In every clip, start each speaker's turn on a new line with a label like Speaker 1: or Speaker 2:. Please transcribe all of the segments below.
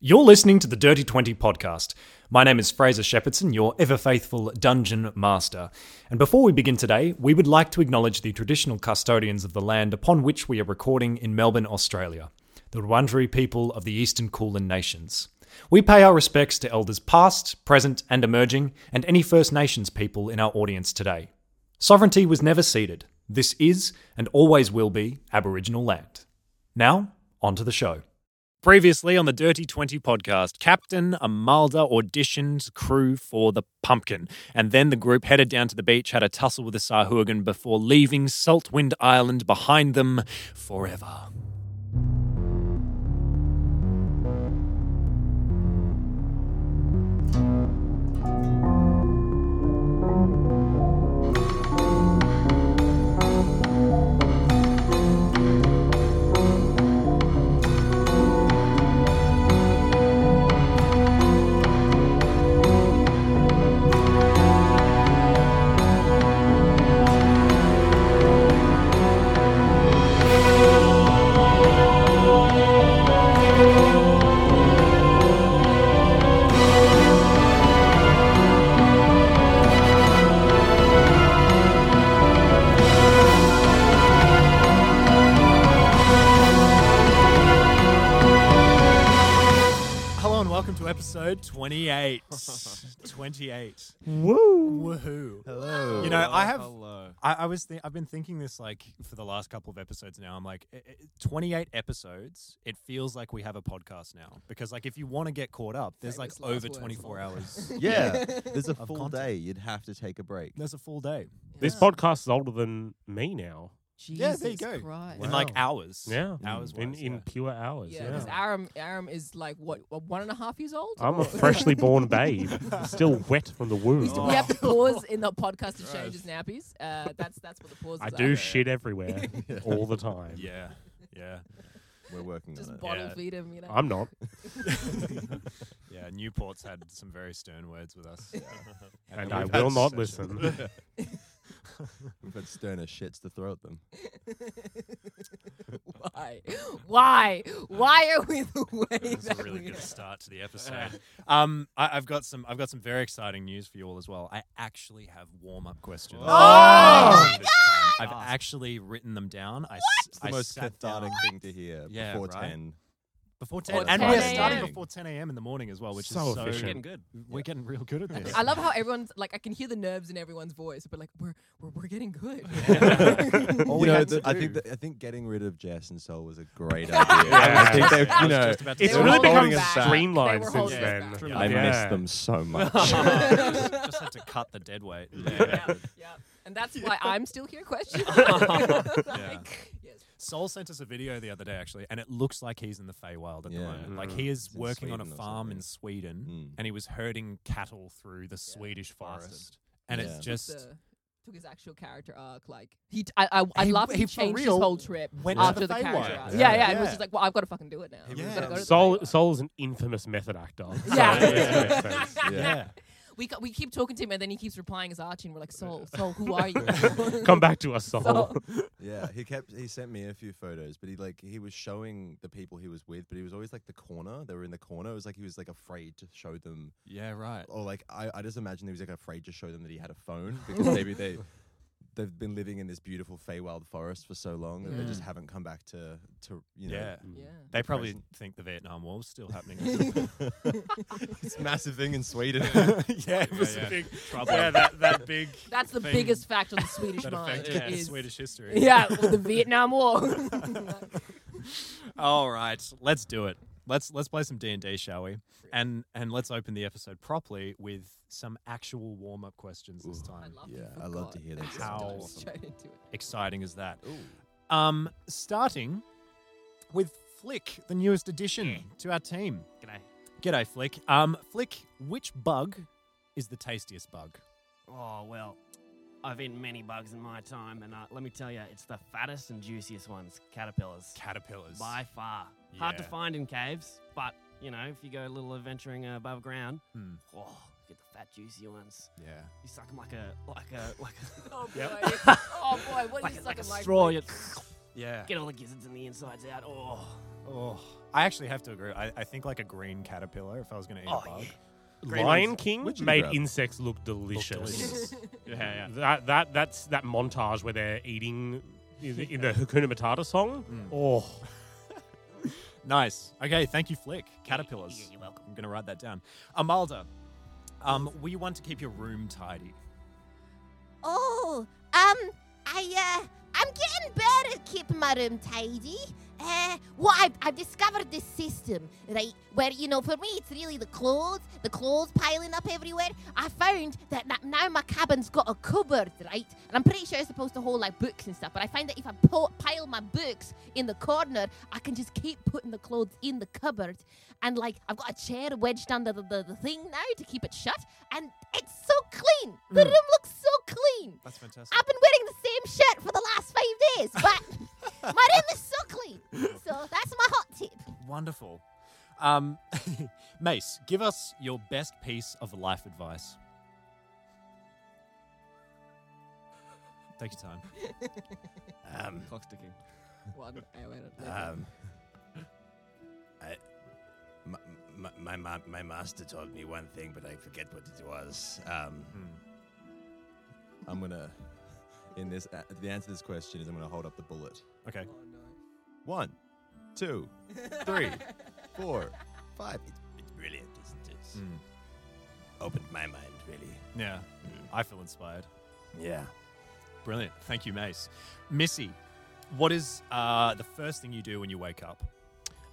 Speaker 1: You're listening to the Dirty 20 podcast. My name is Fraser Shepherdson, your ever faithful dungeon master. And before we begin today, we would like to acknowledge the traditional custodians of the land upon which we are recording in Melbourne, Australia, the Wurundjeri people of the Eastern Kulin Nations. We pay our respects to elders past, present, and emerging, and any First Nations people in our audience today. Sovereignty was never ceded. This is, and always will be, Aboriginal land. Now, on to the show. Previously on the Dirty 20 podcast, Captain Amalda auditioned crew for the Pumpkin, and then the group headed down to the beach, had a tussle with the Sahuagin before leaving Saltwind Island behind them forever. Hello and welcome to episode 28. 28.
Speaker 2: Woo!
Speaker 1: Woohoo.
Speaker 2: Hello.
Speaker 3: Oh.
Speaker 1: You know, I have-
Speaker 2: Hello.
Speaker 1: I, I was th- I've been thinking this like for the last couple of episodes now. I'm like, i i- 28 episodes. It feels like we have a podcast now because like if you want to get caught up, there's like
Speaker 3: Famous last
Speaker 1: over
Speaker 3: words,
Speaker 1: 24
Speaker 3: Lord.
Speaker 1: hours.
Speaker 2: Yeah, there's a
Speaker 1: Of
Speaker 2: full
Speaker 1: content.
Speaker 2: day. You'd have to take a break.
Speaker 1: There's a full day
Speaker 4: This podcast is older than me now.
Speaker 1: Yeah, there you
Speaker 3: Jesus
Speaker 1: go.
Speaker 3: Christ.
Speaker 1: in like
Speaker 2: Wow.
Speaker 1: hours.
Speaker 4: Yeah, Hmm.
Speaker 1: hours.
Speaker 4: in
Speaker 1: wise,
Speaker 4: in
Speaker 1: yeah.
Speaker 4: pure hours.
Speaker 3: yeah,
Speaker 4: Yeah,
Speaker 3: because Aram, Aram is like what, what, one and a half years old.
Speaker 4: I'm a freshly born babe, still wet from the
Speaker 3: We,
Speaker 4: womb.
Speaker 3: used to- we have to pause in the podcast to change his nappies. Uh, that's that's what the pause.
Speaker 4: I
Speaker 3: is
Speaker 4: do
Speaker 3: are.
Speaker 4: shit everywhere all the time.
Speaker 1: yeah, yeah,
Speaker 2: We're working
Speaker 3: Just
Speaker 2: on it.
Speaker 3: bottle
Speaker 1: Yeah.
Speaker 3: feed him, you know.
Speaker 4: I'm not.
Speaker 1: yeah. Newport's had some very stern words with us,
Speaker 4: And
Speaker 1: we've
Speaker 4: I
Speaker 1: had
Speaker 4: will not
Speaker 1: such a-
Speaker 4: listen.
Speaker 2: We've had sterner shits to throw at them.
Speaker 3: Why? Why? Why are we the way
Speaker 1: That's
Speaker 3: that
Speaker 1: a really
Speaker 3: we
Speaker 1: good
Speaker 3: are?
Speaker 1: start to the episode. Um, I, I've got some I've got some very exciting news for you all as well. I actually have warm up questions. Um,
Speaker 2: Oh
Speaker 3: my
Speaker 1: This time.
Speaker 2: Ask.
Speaker 1: I've actually written them down. I, s-
Speaker 2: It's
Speaker 1: I
Speaker 2: the most
Speaker 1: sat
Speaker 2: cathartic
Speaker 1: down
Speaker 2: thing to hear
Speaker 1: Yeah,
Speaker 2: before
Speaker 1: right?
Speaker 2: 10.
Speaker 1: before ten,
Speaker 3: Before
Speaker 1: and
Speaker 3: 10
Speaker 1: we're
Speaker 3: a.m.
Speaker 1: starting before ten a.m. in the morning as well, which
Speaker 4: So
Speaker 1: is so
Speaker 4: efficient.
Speaker 1: Getting good. We're getting real good at this.
Speaker 3: I love how everyone's like. I can hear the nerves in everyone's voice, but like we're we're, we're getting good. Uh,
Speaker 1: All
Speaker 2: you
Speaker 1: we
Speaker 2: know,
Speaker 1: had to
Speaker 2: I think
Speaker 1: do-
Speaker 2: that, I think getting rid of Jess and Sol was a great idea. I think they've,
Speaker 1: I was
Speaker 2: you know,
Speaker 1: just about to
Speaker 4: It's
Speaker 3: They were
Speaker 4: really
Speaker 3: holding
Speaker 4: become
Speaker 3: us back.
Speaker 4: streamlined
Speaker 3: They were
Speaker 4: since
Speaker 3: holding
Speaker 4: then.
Speaker 3: us back.
Speaker 2: I miss
Speaker 4: Yeah.
Speaker 2: them so much.
Speaker 1: just, just had to cut the dead weight.
Speaker 3: yeah, yeah. And that's why I'm still here. Question. Like, yes.
Speaker 1: Sol sent us a video the other day, actually, and it looks like he's in the Feywild at the
Speaker 2: Yeah.
Speaker 1: moment.
Speaker 4: Mm.
Speaker 1: Like he is
Speaker 2: It's in
Speaker 1: working on a
Speaker 2: Sweden or
Speaker 1: farm
Speaker 2: something.
Speaker 1: in Sweden,
Speaker 2: Mm.
Speaker 1: and he was herding cattle through the Swedish forest. And
Speaker 2: Yeah.
Speaker 1: it's just
Speaker 3: the- took his actual character arc. Like he, I, I, I
Speaker 1: He-
Speaker 3: love that
Speaker 1: he
Speaker 3: he
Speaker 1: for
Speaker 3: changed his
Speaker 1: real
Speaker 3: whole trip
Speaker 1: went to
Speaker 3: after
Speaker 1: the
Speaker 3: the, character
Speaker 1: Feywild.
Speaker 3: arc. Yeah, yeah,
Speaker 1: Yeah.
Speaker 3: And it was
Speaker 1: Yeah.
Speaker 3: just like, well, I've got to fucking do it now.
Speaker 2: He
Speaker 3: I've
Speaker 1: was
Speaker 3: gotta
Speaker 1: in
Speaker 3: go to the
Speaker 4: Sol
Speaker 3: Feywild.
Speaker 4: Sol's an infamous method actor. so it makes
Speaker 3: Yeah.
Speaker 4: sense.
Speaker 2: Yeah.
Speaker 1: yeah.
Speaker 3: we co- we keep talking to him, and then he keeps replying as Archie, and we're like, Sol, Sol, who are you?
Speaker 4: Come back to us, Sol.
Speaker 3: Sol.
Speaker 2: Yeah, he kept he sent me a few photos, but he like he was showing the people he was with, but he was always like the corner. They were in the corner. It was like he was like afraid to show them
Speaker 1: yeah, right.
Speaker 2: or like I, I just imagine he was like afraid to show them that he had a phone because maybe they they've been living in this beautiful Feywild forest for so long that they just haven't come back to to you know
Speaker 1: Mm. Yeah.
Speaker 3: Yeah.
Speaker 1: They probably
Speaker 2: Present.
Speaker 1: think the Vietnam War's still happening.
Speaker 2: this massive thing in Sweden.
Speaker 1: yeah, it was a big trouble. Yeah,
Speaker 4: that, that big.
Speaker 3: That's the
Speaker 4: Thing
Speaker 3: biggest fact on the Swedish
Speaker 1: that
Speaker 3: mind.
Speaker 1: affected
Speaker 3: is,
Speaker 1: Swedish history.
Speaker 3: Yeah, with the Vietnam War.
Speaker 1: All right, let's do it. Let's let's play some D and D, shall we? And and let's open the episode properly with some actual warm up questions this
Speaker 3: I
Speaker 1: time.
Speaker 3: love
Speaker 2: Yeah,
Speaker 3: that you
Speaker 2: I love
Speaker 3: forgot.
Speaker 2: to hear that.
Speaker 3: Just
Speaker 1: How-
Speaker 3: dive straight into it.
Speaker 1: Exciting as that.
Speaker 2: Ooh.
Speaker 1: Um, starting with Flick, the newest addition to our team.
Speaker 5: G'day.
Speaker 1: G'day, Flick. Um, Flick, which bug is the tastiest bug?
Speaker 5: Oh, well, I've eaten many bugs in my time, and uh, let me tell you, it's the fattest and juiciest ones caterpillars.
Speaker 1: Caterpillars.
Speaker 5: By far. Hard to
Speaker 1: Yeah.
Speaker 5: find in caves, but, you know, if you go a little adventuring uh, above ground,
Speaker 1: Hmm,
Speaker 5: oh, get the fat, juicy ones.
Speaker 1: yeah.
Speaker 5: You suck 'em like a, like a, like a,
Speaker 3: Oh boy!
Speaker 4: Yep.
Speaker 3: oh boy! What
Speaker 5: like
Speaker 3: is
Speaker 5: a,
Speaker 3: like
Speaker 5: like a
Speaker 3: like?
Speaker 5: straw. you
Speaker 1: Yeah.
Speaker 5: get all the gizzards and the insides out. Oh,
Speaker 1: Oh, I actually have to agree. I, I think like a green caterpillar. If I was going to eat a bug,
Speaker 2: Green
Speaker 4: Lion
Speaker 2: ones.
Speaker 4: King
Speaker 2: Which you
Speaker 4: made
Speaker 2: grab?
Speaker 4: insects look delicious.
Speaker 1: yeah, yeah.
Speaker 4: that that that's that montage where they're eating in the, in the Hakuna Matata song. Oh,
Speaker 1: Mm. Nice. Okay, thank you, Flick. Caterpillars.
Speaker 6: You're welcome.
Speaker 1: I'm gonna write that down. Amalda, um, we want to keep your room tidy.
Speaker 3: Oh, um, I, uh, I'm getting better at keeping my room tidy. Uh, well, I've, I've discovered this system, right? Where, you know, for me, it's really the clothes, the clothes piling up everywhere. I found that, that now my cabin's got a cupboard, right? And I'm pretty sure it's supposed to hold, like, books and stuff. But I find that if I po- pile my books in the corner, I can just keep putting the clothes in the cupboard. And, like, I've got a chair wedged under the, the, the thing now to keep it shut. And it's so clean. The room looks so clean.
Speaker 1: That's fantastic.
Speaker 3: I've been wearing the same shirt for the last five days, but my room is so clean. So that's my hot tip.
Speaker 1: Wonderful. Um, Mace, give us your best piece of life advice. Take your time.
Speaker 6: Um,
Speaker 2: Clock's ticking.
Speaker 5: One hour later.
Speaker 6: Um, I, my, my, my, ma- my master told me one thing, but I forget what it was. Um,
Speaker 2: I'm gonna. In this, uh, the answer to this question is I'm gonna hold up the bullet.
Speaker 1: Okay.
Speaker 2: One, two, three, four, five. It's,
Speaker 6: it's brilliant, isn't it? Opened my mind, really.
Speaker 1: Yeah,
Speaker 2: Mm.
Speaker 1: I feel inspired.
Speaker 6: Yeah.
Speaker 1: Brilliant. Thank you, Mace. Missy, what is uh, the first thing you do when you wake up?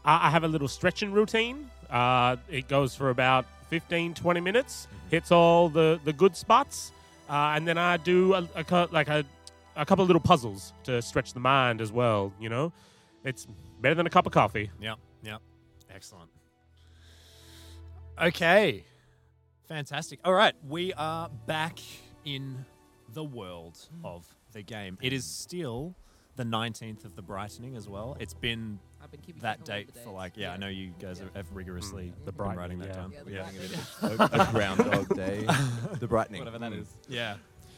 Speaker 4: I I have a little stretching routine. Uh, it goes for about 15, 20 minutes, hits all the, the good spots, uh, and then I do a, a, cou- like a, a couple of little puzzles to stretch the mind as well. You know, it's better than a cup of coffee.
Speaker 1: Yeah, yeah. Excellent. Okay. Fantastic. All right, we are back in the world
Speaker 2: Hmm.
Speaker 1: of the game. It is still the 19th of the brightening as well. It's been
Speaker 5: I've been keeping track
Speaker 1: that
Speaker 5: of all
Speaker 1: date
Speaker 5: the
Speaker 1: for
Speaker 5: days.
Speaker 1: like, yeah, I know you guys are have rigorously
Speaker 4: The
Speaker 1: been
Speaker 4: brightening,
Speaker 1: writing that
Speaker 4: yeah.
Speaker 1: down.
Speaker 5: Yeah, the
Speaker 2: Hmm. yeah,
Speaker 5: black
Speaker 2: I'm gonna
Speaker 5: lady.
Speaker 2: a, a groundhog day. The brightening. Mm.
Speaker 1: Hmm. Yeah.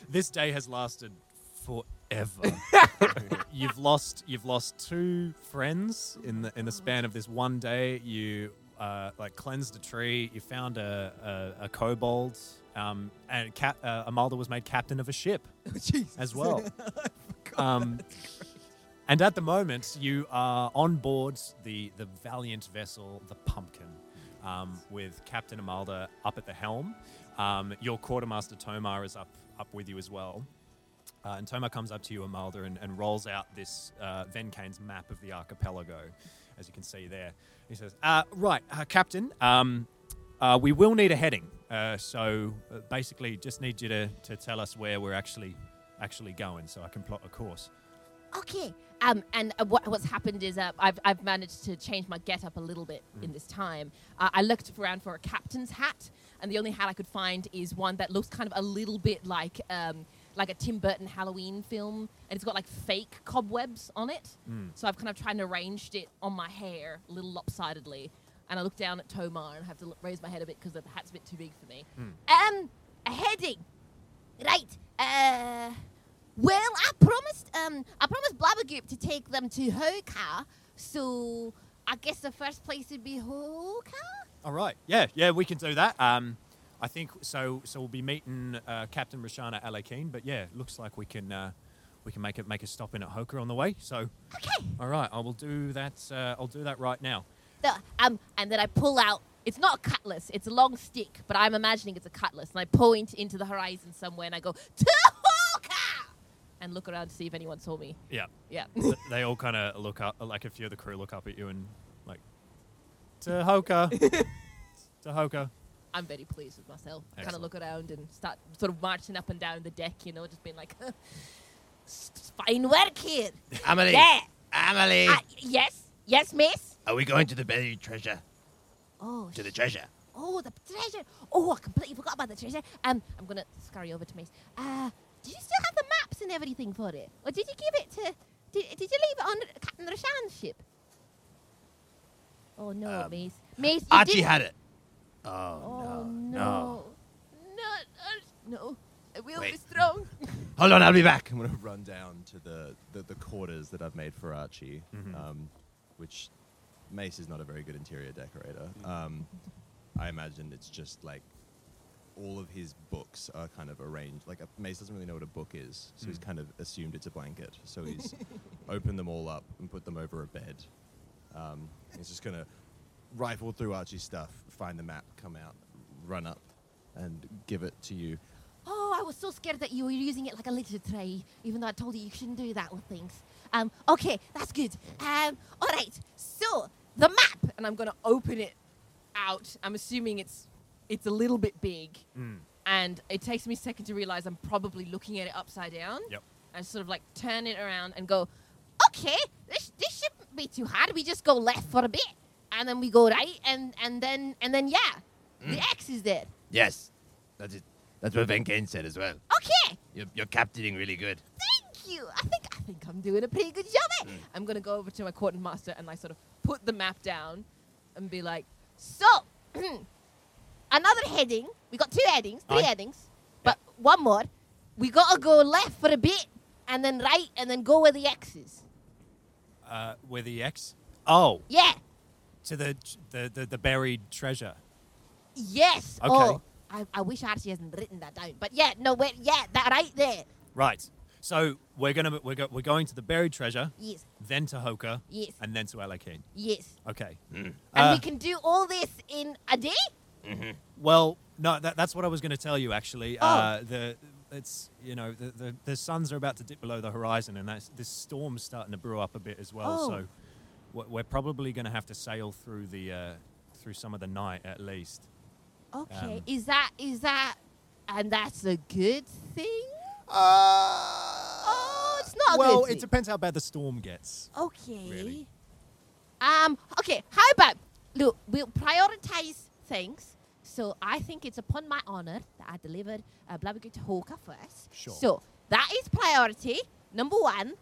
Speaker 1: This day has lasted forever. you've lost you've lost two friends in the in the span of this one day. You uh, like cleansed a tree. You found a a, a kobold. Um, and cap, uh, Amalda was made captain of a ship as well. um, and at the moment, you are on board the the valiant vessel, the Pumpkin, um, with Captain Amalda up at the helm. Um, your quartermaster Tomar is up up with you as well. Uh, and Tomar comes up to you, Amalda, and, and rolls out this uh, Venkane's map of the archipelago, as you can see there. He says, uh, "Right, uh, Captain, um, uh, we will need a heading. Uh, so uh, basically, just need you to, to tell us where we're actually actually going, so I can plot a course."
Speaker 3: Okay. Um, and uh, what, what's happened is uh, I've, I've managed to change my get up a little bit in this time. Uh, I looked around for a captain's hat, and the only hat I could find is one that looks kind of a little bit like um, like a Tim Burton Halloween film, and it's got like fake cobwebs on it. So I've kind of tried and arranged it on my hair a little lopsidedly. And I look down at Tomar and have to l- raise my head a bit because the hat's a bit too big for me. Um, a heading. Right. Uh, well, I promised. Um, I promised Blabbergoop to take them to Hoka, so I guess the first place would be Hoka.
Speaker 1: All right. Yeah, yeah, we can do that. Um, I think so. So we'll be meeting uh, Captain Rashana Alakeen. But yeah, looks like we can uh, we can make it make a stop in at Hoka on the way. So
Speaker 3: Okay.
Speaker 1: all right, I will do that. Uh, I'll do that right now.
Speaker 3: The- um, and then I pull out. It's not a cutlass. It's a long stick, but I'm imagining it's a cutlass. And I point into the horizon somewhere, and I go to Hoka, and look around to see if anyone saw me.
Speaker 1: Yeah.
Speaker 3: Yeah.
Speaker 1: Th- they all kind of look up. Like a few of the crew look up at you and like to Hoka, to Hoka.
Speaker 3: I'm very pleased with myself. Kind of
Speaker 1: Excellent.
Speaker 3: look around and start sort of marching up and down the deck, you know, just being like, "S- fine work here.
Speaker 6: Emily!
Speaker 3: Yeah.
Speaker 6: Emily!
Speaker 1: Ah,
Speaker 3: Uh, yes. Yes, miss.
Speaker 6: Are we going to the buried treasure?
Speaker 3: Oh,
Speaker 6: To the
Speaker 3: sh-
Speaker 6: treasure?
Speaker 3: oh, the treasure. Oh, I completely forgot about the treasure. Um, I'm going to scurry over to Mace. Uh, did you still have the maps and everything for it? Or did you give it to, did, did you leave it on Captain Rashan's ship? Oh, no,
Speaker 6: Um,
Speaker 3: Mace. Mace, you
Speaker 6: Archie
Speaker 3: didn't-
Speaker 6: had it! Oh,
Speaker 3: Oh,
Speaker 6: no.
Speaker 3: no. No, Arch- no. I will be
Speaker 6: Wait.
Speaker 3: strong.
Speaker 6: Hold on, I'll be back.
Speaker 2: I'm gonna
Speaker 6: Mm-hmm.
Speaker 2: run down to the, the, the quarters that I've made for Archie, um, which Mace is not a very good interior decorator.
Speaker 6: Mm.
Speaker 2: Um, I imagine it's just like all of his books are kind of arranged. Like a, Mace doesn't really know what a book is, so
Speaker 6: Mm.
Speaker 2: he's kind of assumed it's a blanket. So he's opened them all up and put them over a bed. Um, he's just gonna rifle through Archie's stuff, find the map, come out, run up, and give it to you.
Speaker 7: Oh, I was so scared that you were using it like a litter tray, even though I told you you shouldn't do that with things. Um, okay, that's good. Um, all right. So the map, and I'm gonna open it out. I'm assuming it's it's a little bit big,
Speaker 6: Mm.
Speaker 7: and it takes me a second to realize I'm probably looking at it upside down.
Speaker 3: Yep.
Speaker 7: And sort of like turn it around and go, okay, this this shouldn't be too hard. We just go left for a bit, and then we go right, and and then and then yeah, the X is there.
Speaker 6: Yes, that's it. That's what Van Kane said as well.
Speaker 7: Okay.
Speaker 6: You're, you're captaining really good.
Speaker 7: thank you. I think I think I'm doing a pretty good job. At. it. I'm gonna go over to my quartermaster and like sort of put the map down and be like, so another heading. We got two headings, three
Speaker 4: Aye.
Speaker 7: headings, but one more. We gotta go left for a bit and then right and then go where the X is.
Speaker 1: Uh, where the X
Speaker 3: Oh,
Speaker 7: Yeah.
Speaker 1: to the the the, the buried treasure.
Speaker 7: Yes.
Speaker 3: Okay.
Speaker 7: Oh, I, I wish Archie hasn't written that down. But yeah, no, wait, yeah, that right there.
Speaker 1: Right. So we're gonna we're, go, we're going to the buried treasure,
Speaker 7: Yes.
Speaker 1: then to Hoka,
Speaker 7: Yes.
Speaker 1: and then to Alakine.
Speaker 7: Yes.
Speaker 1: Okay.
Speaker 7: And
Speaker 1: Uh,
Speaker 7: we can do all this in a day?
Speaker 1: Mm-hmm. Well, no, that, that's what I was going to tell you. Actually,
Speaker 7: Oh.
Speaker 1: uh, the it's you know the, the the suns are about to dip below the horizon, and that's this storm's starting to brew up a bit as well.
Speaker 7: Oh.
Speaker 1: So we're- we're probably going to have to sail through the uh, through some of the night at least.
Speaker 7: Okay.
Speaker 1: Um,
Speaker 7: is that is that and that's a good thing? oh, it's not a
Speaker 1: Uh, well,
Speaker 7: good
Speaker 1: it
Speaker 7: thing.
Speaker 1: depends how bad the storm gets.
Speaker 7: okay.
Speaker 1: really.
Speaker 7: Um okay, how about look, we'll prioritize things. So I think it's upon my honor that I delivered uh, Blabbergoo to Hawker first.
Speaker 1: Sure.
Speaker 7: So that is priority number 1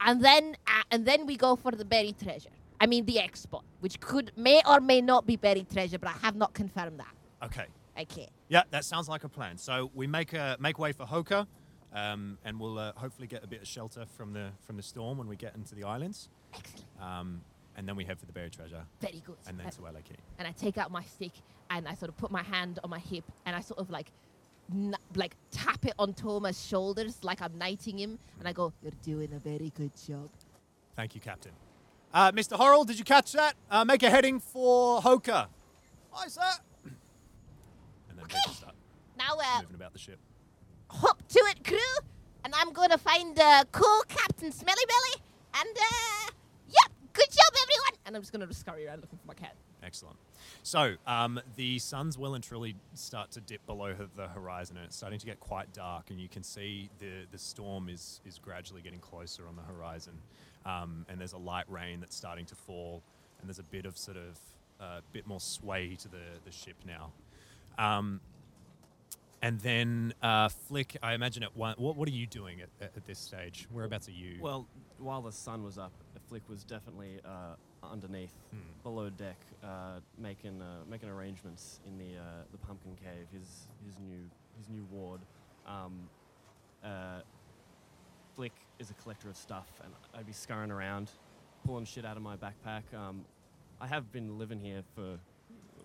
Speaker 7: and then uh, and then we go for the buried treasure. I mean the export, which could may or may not be buried treasure, but I have not confirmed that.
Speaker 1: Okay.
Speaker 7: Okay.
Speaker 1: Yeah, that sounds like a plan. So we make a make way for Hoka, um, and we'll uh, hopefully get a bit of shelter from the from the storm when we get into the islands,
Speaker 7: Excellent.
Speaker 1: um, and then we head for the buried treasure,
Speaker 7: Very good.
Speaker 1: and
Speaker 7: Uh,
Speaker 1: then to Alakine.
Speaker 7: and I take out my stick and I sort of put my hand on my hip and I sort of like n- like tap it on Thomas' shoulders like I'm knighting him and I go, "You're doing a very good job."
Speaker 1: Thank you, Captain. Uh, Mr. Horrell, did you catch that? Uh, make a heading for Hoka. Aye, sir. And then people start
Speaker 7: Now uh,
Speaker 1: moving about the ship.
Speaker 7: hop to it, crew, and I'm gonna find uh, cool Captain Smelly Belly and uh, yep, good job, everyone. And I'm just gonna scurry around looking for my cat.
Speaker 1: Excellent. So um, the sun's well and truly start to dip below h- the horizon, and it's starting to get quite dark. And you can see the the storm is is gradually getting closer on the horizon. Um, and there's a light rain that's starting to fall, and there's a bit of sort of a bit more sway to the the ship now. Um, and then uh, Flick, I imagine at one. What, what are you doing at, at, at this stage? Whereabouts are you?
Speaker 8: Well, while the sun was up, Flick was definitely uh, underneath,
Speaker 1: Hmm.
Speaker 8: below deck, uh, making uh, making arrangements in the uh, the pumpkin cave, his his new his new ward. Um, uh, Flick is a collector of stuff, and I'd be scurrying around, pulling shit out of my backpack. Um, I have been living here for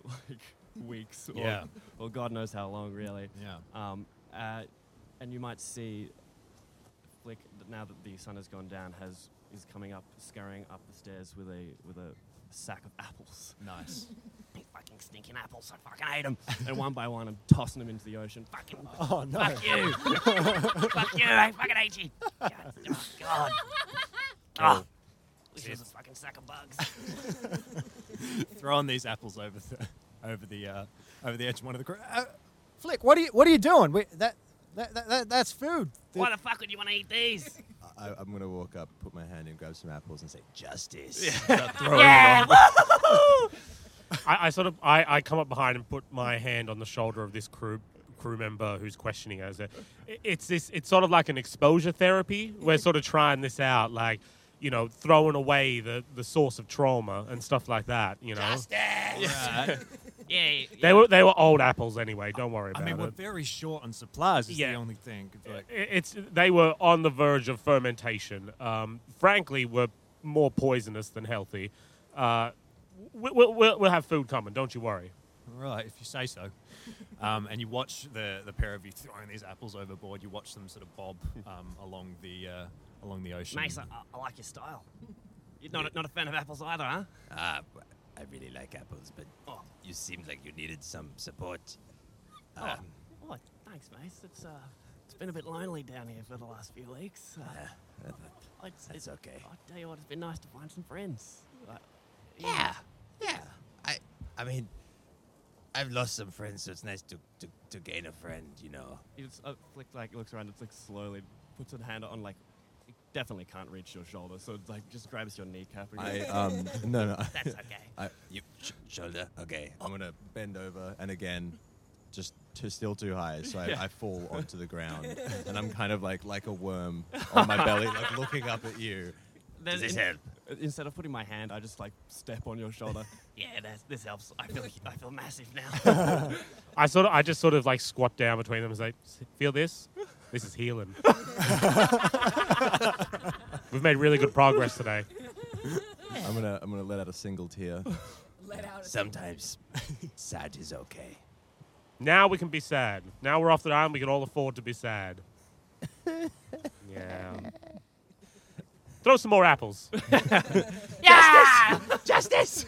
Speaker 8: like weeks, or,
Speaker 1: Yeah.
Speaker 8: or God knows how long, really.
Speaker 1: yeah.
Speaker 8: Um, uh, and you might see Flick that now that the sun has gone down has is coming up, scurrying up the stairs with a with a sack of apples.
Speaker 1: Nice.
Speaker 8: These fucking stinking apples! I fucking hate them. and one by one, I'm tossing them into the ocean. Fucking
Speaker 1: Oh no.
Speaker 8: you!
Speaker 5: Fuck you, I fucking hate you. God. Oh, God. Oh. Wish it was a fucking sack of bugs.
Speaker 1: throwing these apples over the over the uh, over the edge of one of the cr- uh, Flick, what are you what are you doing? We, that, that, that, that that's food.
Speaker 5: Why the fuck would you want to eat these?
Speaker 2: I, I'm gonna walk up, put my hand in, grab some apples, and say, "Justice."
Speaker 5: yeah.
Speaker 4: I, I sort of I, I come up behind and put my hand on the shoulder of this crew crew member who's questioning us. Uh, i- It's this it's sort of like an exposure therapy. We're sort of trying this out, like you know, throwing away the, the source of trauma and stuff like that. You know,
Speaker 5: yeah.
Speaker 4: they were they were old apples anyway. Don't worry about
Speaker 1: I mean,
Speaker 4: it.
Speaker 1: we're very short on supplies. Is
Speaker 4: Yeah.
Speaker 1: the only thing. It's like-
Speaker 4: I- it's they were on the verge of fermentation. Um, frankly, were more poisonous than healthy. Uh, we- we'll, we'll, we'll have food coming. Don't you worry.
Speaker 1: Right, if you say so. Um, and you watch the, the pair of you throwing these apples overboard. You watch them sort of bob um, along the uh, along the ocean.
Speaker 5: Mace, I, I like your style. You're not, a- not a fan of apples either, huh?
Speaker 6: Ah, w- I really like apples, but you seemed like you needed some support. Um,
Speaker 5: What? Oh, Thanks, Mace. It's uh, it's been a bit lonely down here for the last few weeks. Uh, I- it's,
Speaker 6: that's
Speaker 5: it-
Speaker 6: okay.
Speaker 5: I tell you what, it's been nice to find some friends. Uh,
Speaker 6: Yeah, yeah. I, I mean, I've lost some friends, so it's nice to, to, to gain a friend. You know.
Speaker 8: It's uh, Flick like looks around. It's like slowly puts a hand on like. it Definitely can't reach your shoulder, so it's like just grabs your kneecap. And
Speaker 2: I
Speaker 8: goes,
Speaker 2: um no no.
Speaker 5: That's okay.
Speaker 2: I,
Speaker 6: You sh- shoulder. Okay.
Speaker 2: I'm gonna bend over and again, just to still too high, so I, I fall onto the ground and I'm kind of like like a worm on my belly, like looking up at you.
Speaker 5: There's,
Speaker 6: Does this help?
Speaker 8: Instead of putting my hand, I just like step on your shoulder.
Speaker 5: Yeah, that's, this helps. I feel I feel massive now.
Speaker 4: I sort of, I just sort of like squat down between them and say, "S- "Feel this? This is healing." We've made really good progress today.
Speaker 2: I'm gonna I'm gonna let out a single tear.
Speaker 3: Let out a
Speaker 6: Sometimes sad is okay.
Speaker 4: Now we can be sad. Now we're off the island. We can all afford to be sad. Yeah. Throw some more apples.
Speaker 5: yeah!
Speaker 1: So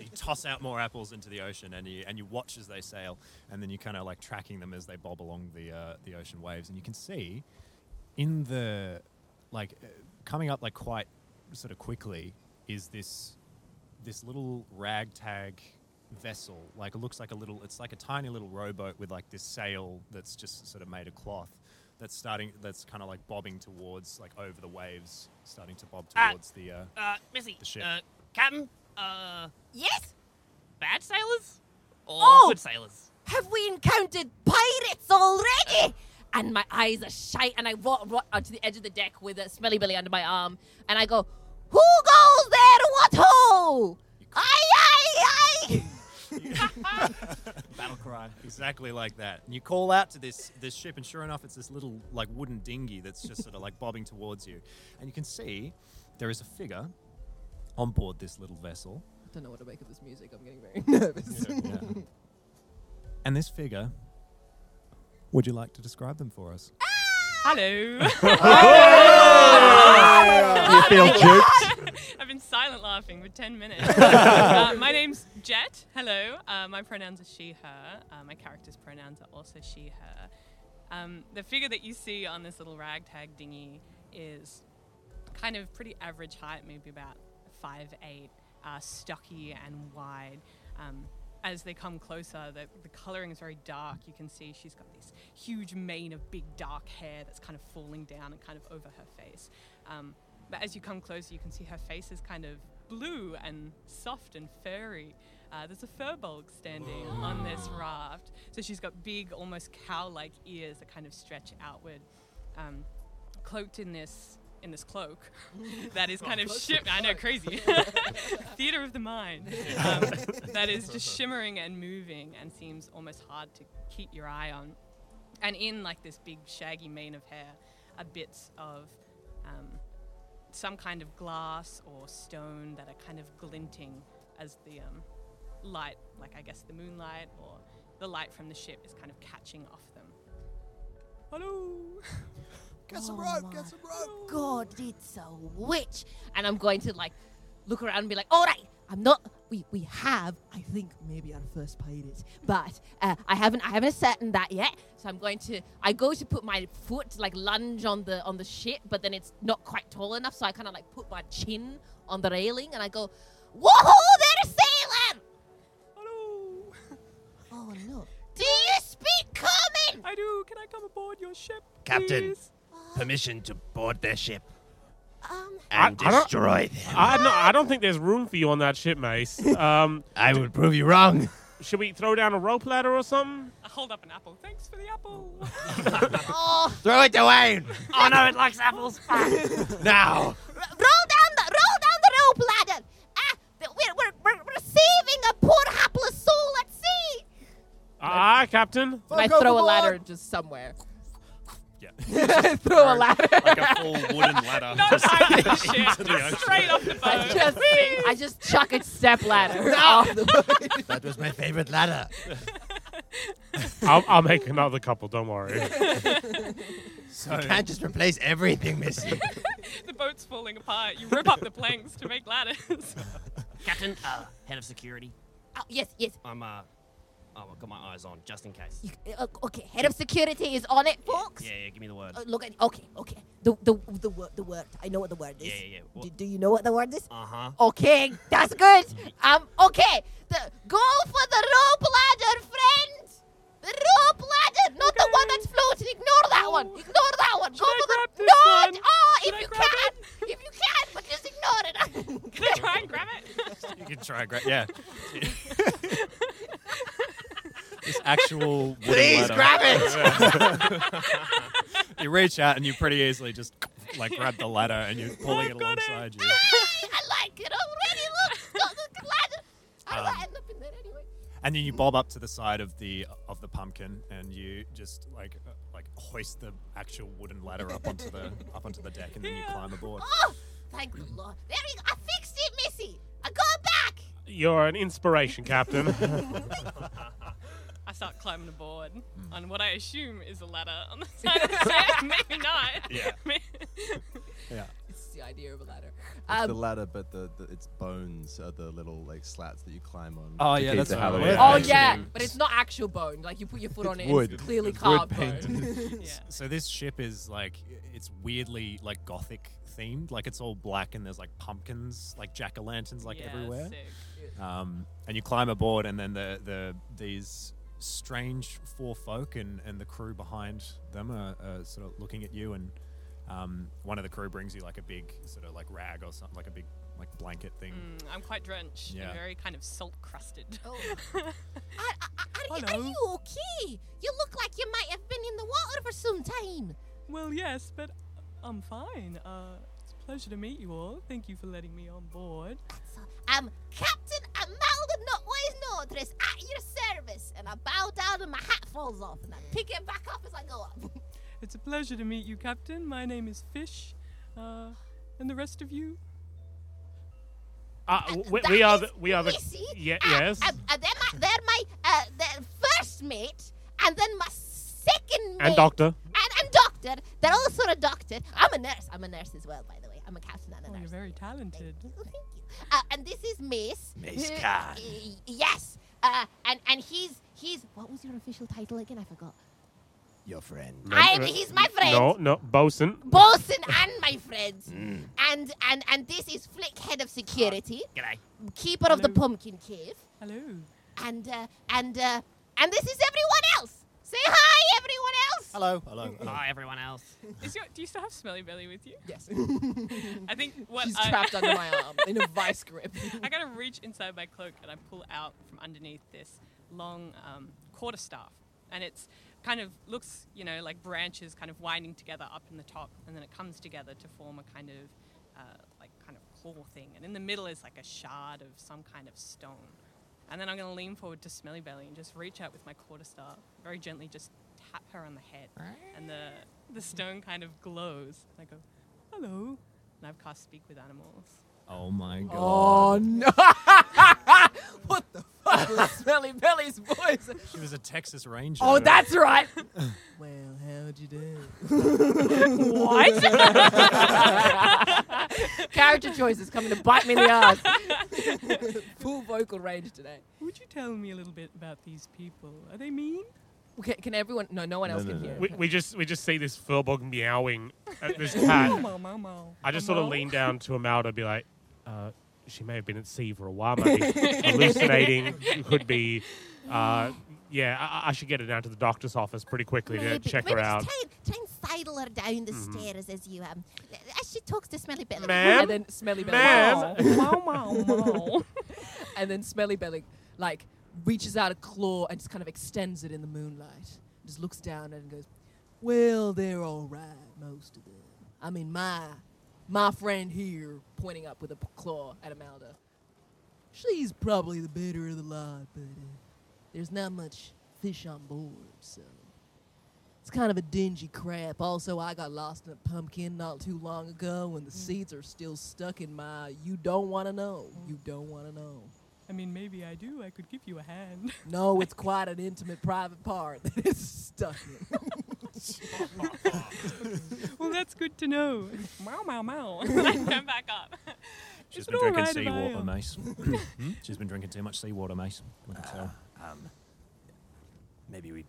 Speaker 1: you toss out more apples into the ocean, and you and you watch as they sail, and then you kind of like tracking them as they bob along the uh, the ocean waves, and you can see in the like uh, coming up like quite sort of quickly is this this little ragtag vessel. Like it looks like a little, it's like a tiny little rowboat with like this sail that's just sort of made of cloth. That's starting. That's kind of like bobbing towards, like over the waves, starting to bob
Speaker 5: Ah.
Speaker 1: towards the. Uh,
Speaker 5: Uh, Missy,
Speaker 1: The ship.
Speaker 5: uh, Captain, uh,
Speaker 3: Yes?
Speaker 5: bad sailors? Or
Speaker 3: Oh!
Speaker 5: good sailors?
Speaker 3: Have we encountered pirates already? And my eyes are shite, and I rot, rot onto the edge of the deck with a smelly belly under my arm, and I go, Who goes there? What ho? Aye, aye, aye!
Speaker 8: Battle cry.
Speaker 1: Exactly like that. And you call out to this this ship, and sure enough, it's this little like wooden dinghy that's just sort of like bobbing towards you. And you can see there is a figure on board this little vessel.
Speaker 3: I don't know what to make of this music. I'm getting very nervous.
Speaker 1: And this figure, would you like to describe them for us?
Speaker 9: Hello.
Speaker 2: you feel duped?
Speaker 9: I've been silent laughing for 10 minutes. uh, my name's Jet. Hello. Uh, my pronouns are she, her. Uh, my character's pronouns are also she, her. Um, the figure that you see on this little ragtag dinghy is kind of pretty average height, maybe about 5'8, uh, stocky and wide. Um, as they come closer, the, the colouring is very dark. You can see she's got this huge mane of big dark hair that's kind of falling down and kind of over her face. Um, but as you come closer, you can see her face is kind of blue and soft and furry. Uh, there's a fur bulb standing on this raft. So she's got big, almost cow like ears that kind of stretch outward. Um, cloaked in this in this cloak that is kind of shim- I know crazy theater of the mind um, that is just shimmering and moving and seems almost hard to keep your eye on and in like this big shaggy mane of hair are bits of um, some kind of glass or stone that are kind of glinting as the um, light like I guess the moonlight or the light from the ship is kind of catching off them hello
Speaker 2: Get some rope, get some rope.
Speaker 3: Oh God, it's a witch. And I'm going to like look around and be like, all right, I'm not. We, we have, I think, maybe our first pirate, but uh, I haven't I haven't ascertained that yet. So I'm going to I go to put my foot like lunge on the on the ship, but then it's not quite tall enough, so I kind of like put my chin on the railing and I go, whoa, there, sailor!
Speaker 9: Hello.
Speaker 3: Oh no, do you speak common?
Speaker 9: I do. Can I come aboard your ship?
Speaker 6: Captain.
Speaker 9: please?
Speaker 6: Permission to board their ship
Speaker 3: Um,
Speaker 6: and
Speaker 4: I- I don't-
Speaker 6: destroy them.
Speaker 4: I, no, I don't think there's room for you on that ship, Mace. Um,
Speaker 6: I will prove you wrong.
Speaker 4: should we throw down a rope ladder or something?
Speaker 9: I hold up an apple. Thanks for the apple.
Speaker 3: oh,
Speaker 6: Throw it away
Speaker 5: Oh no, it likes apples. Fuck.
Speaker 6: now.
Speaker 3: R- roll down the roll down the rope ladder. Ah, th- we're, we're, we're, we're saving a poor hapless soul at
Speaker 4: Aye,
Speaker 3: sea.
Speaker 4: Ah, Captain.
Speaker 3: I throw a ladder just somewhere.
Speaker 7: Throw a ladder.
Speaker 3: like a full wooden ladder.
Speaker 9: Not
Speaker 3: just
Speaker 9: hiding shit.
Speaker 3: the ocean.
Speaker 9: Just straight off the
Speaker 7: I
Speaker 9: boat.
Speaker 7: just, I just chuck a step ladder off
Speaker 3: Oh.
Speaker 7: the boat.
Speaker 6: That was my favorite ladder.
Speaker 4: I'll, I'll make another couple. Don't worry.
Speaker 1: So
Speaker 6: You can't just replace everything, Missy.
Speaker 9: The boat's falling apart. You rip up the planks to make ladders.
Speaker 10: Captain, uh, head of security.
Speaker 7: Oh, yes, yes.
Speaker 5: I'm uh, oh, I've got my eyes on just in case.
Speaker 7: You, uh, okay, head of security is on it, folks.
Speaker 5: Yeah, yeah, give me the word.
Speaker 7: Uh, look at. Okay, okay. The the the word. The word. I know what the word is.
Speaker 5: Yeah, yeah, yeah. What-
Speaker 7: Do, do you know what the word is?
Speaker 5: Uh huh.
Speaker 9: Uh-huh.
Speaker 7: Okay, that's good. Um, okay. The, go for the rope ladder, friend. The rope ladder, not the one that's floating. Ignore that one. Ignore that one. go
Speaker 9: I
Speaker 7: for
Speaker 9: grab
Speaker 7: the
Speaker 9: this
Speaker 7: no.
Speaker 9: one?
Speaker 7: Oh,
Speaker 9: Should
Speaker 7: if
Speaker 9: I
Speaker 7: you
Speaker 9: grab
Speaker 7: can, if you can, but just ignore it.
Speaker 9: Can I try and grab it?
Speaker 1: you can try, great. Yeah. this actual. Please grab it. you reach out and you pretty easily just like grab the ladder and you're pulling it Ah! alongside you.
Speaker 7: Hey, I like it already. Look, it's got the ladder. How did I end up in there anyway?
Speaker 1: And then you bob up to the side of the of the pumpkin, and you just like uh, like hoist the actual wooden ladder up onto the up onto the deck, and then you climb aboard.
Speaker 7: Oh, thank the Lord. There we go. I fixed it, Missy. I got back.
Speaker 4: You're an inspiration, Captain.
Speaker 9: I start climbing aboard on what I assume is a ladder on the side of the sand. Maybe not. Yeah.
Speaker 7: It's the idea of a ladder.
Speaker 2: It's the ladder, but the, the its bones are the little like slats that you climb on.
Speaker 1: Oh,
Speaker 2: to
Speaker 1: yeah,
Speaker 2: keep
Speaker 1: that's
Speaker 2: the
Speaker 1: what I
Speaker 2: Halloween
Speaker 1: read.
Speaker 7: Oh
Speaker 2: effect.
Speaker 7: yeah, but it's not actual bone. Like you put your foot on it, and
Speaker 2: wood.
Speaker 7: it's clearly
Speaker 2: It's
Speaker 7: carved
Speaker 2: wood
Speaker 7: bone.
Speaker 9: yeah.
Speaker 1: So this ship is like it's weirdly like gothic themed, like it's all black and there's like pumpkins, like jack o' lanterns, like
Speaker 9: yeah,
Speaker 1: everywhere.
Speaker 9: sick.
Speaker 1: Um, and you climb aboard, and then the the these strange four folk and and the crew behind them are, are sort of looking at you, and um, one of the crew brings you like a big sort of like rag or something, like a big like blanket thing.
Speaker 9: Mm, I'm quite drenched.
Speaker 1: Yeah.
Speaker 9: and very kind of salt crusted.
Speaker 7: Oh. Are, are, are, are you okay? You look like you might have been in the water for some time.
Speaker 9: Well, yes, but I'm fine. Uh, it's a pleasure to meet you all. Thank you for letting me on board.
Speaker 7: That's all. Um, Captain Amalda Notways Nordris at your service, and I bow down and my hat falls off, and I pick it back up as I go up.
Speaker 9: It's a pleasure to meet you, Captain. My name is Fish. Uh, and the rest of you?
Speaker 4: Uh, w- we, we are the, we are the
Speaker 7: Missy,
Speaker 4: yeah,
Speaker 7: uh,
Speaker 4: yes.
Speaker 7: Uh, uh, they're my, they're my uh, they're first mate, and then my second mate.
Speaker 4: And doctor.
Speaker 7: and, and doctor. They're all sort of doctor. I'm a nurse. I'm a nurse as well, by the way. I'm a captain and a
Speaker 9: Oh, you're
Speaker 7: nurse.
Speaker 9: very talented.
Speaker 7: Thank you. Thank you. Uh, and this is Mace.
Speaker 6: Mace
Speaker 7: who-
Speaker 6: Khan.
Speaker 7: y- yes. Uh, and and he's he's what was your official title again? I forgot.
Speaker 6: Your friend.
Speaker 7: I'm he's my friend.
Speaker 4: No, no, bosun.
Speaker 7: Bosun and my friends.
Speaker 4: Mm.
Speaker 7: And and and this is Flick, head of security,
Speaker 4: Oh,
Speaker 10: G'day.
Speaker 7: keeper of the
Speaker 9: Hello.
Speaker 7: pumpkin cave,
Speaker 9: Hello.
Speaker 7: and uh, and uh, and this is everyone else. Say hi, everyone else.
Speaker 1: Hello, hello.
Speaker 10: Hi, everyone else.
Speaker 9: Is your, do you still have Smelly Belly with you?
Speaker 7: Yes.
Speaker 9: I think what
Speaker 7: She's
Speaker 9: I,
Speaker 7: trapped under my arm in a vice grip.
Speaker 9: I gotta reach inside my cloak and I pull out from underneath this long um, quarter staff, and it's kind of looks, you know, like branches kind of winding together up in the top, and then it comes together to form a kind of uh, like kind of claw thing, and in the middle is like a shard of some kind of stone. And then I'm gonna lean forward to Smelly Belly and just reach out with my quarter staff, very gently, just tap her on the head, and the the stone kind of glows. And I go, "Hello," and I've cast Speak with Animals.
Speaker 1: Oh my god.
Speaker 7: Oh no! what the fuck was Smelly Belly's voice?
Speaker 1: She was a Texas Ranger.
Speaker 7: Oh, that's right. well, how'd you do?
Speaker 9: What?
Speaker 7: Character choices coming to bite me in the ass. Full vocal range today.
Speaker 9: Would you tell me a little bit about these people? Are they mean?
Speaker 7: Okay, can everyone? No, no one else can hear.
Speaker 4: We, we just we just see this furbog meowing at this cat.
Speaker 9: Mow, mow, mow.
Speaker 4: I just sort of
Speaker 9: Mow.
Speaker 4: lean down to Amalda and be like, uh, she may have been at sea for a while, maybe hallucinating. Could be. Uh, yeah, I, I- I should get her down to the doctor's office pretty quickly to check her out.
Speaker 7: Try, and- try and sidle her down the stairs as you um, as she talks to Smelly Belly.
Speaker 4: Mm-hmm. Ma'am?
Speaker 7: And then Smelly Oh. Belly.
Speaker 4: Ma'am?
Speaker 9: Mow, mow, mow.
Speaker 7: and then Smelly Belly like reaches out a claw and just kind of extends it in the moonlight. Just looks down and goes, "Well, they're all right, most of them. I mean, my my friend here, pointing up with a p- claw at Amalda. She's probably the better of the lot, but uh, there's not much fish on board, so
Speaker 3: It's kind of a dingy crap. Also, I got lost in a pumpkin not too long ago, and the
Speaker 11: Mm.
Speaker 3: seeds are still stuck in my. You don't want to know. You don't want to know.
Speaker 11: Mm. I mean, maybe I do. I could give you a hand.
Speaker 3: No, it's quite an intimate, private part that is stuck in.
Speaker 11: well, that's good to know. Meow, meow, meow. And I come back up.
Speaker 12: She's
Speaker 11: Is
Speaker 12: been
Speaker 11: it all
Speaker 12: drinking
Speaker 11: right if I,
Speaker 12: seawater,
Speaker 11: um,
Speaker 12: Mace.
Speaker 1: Hmm?
Speaker 12: She's been drinking too much seawater, Mace. We can tell.
Speaker 6: Um, maybe we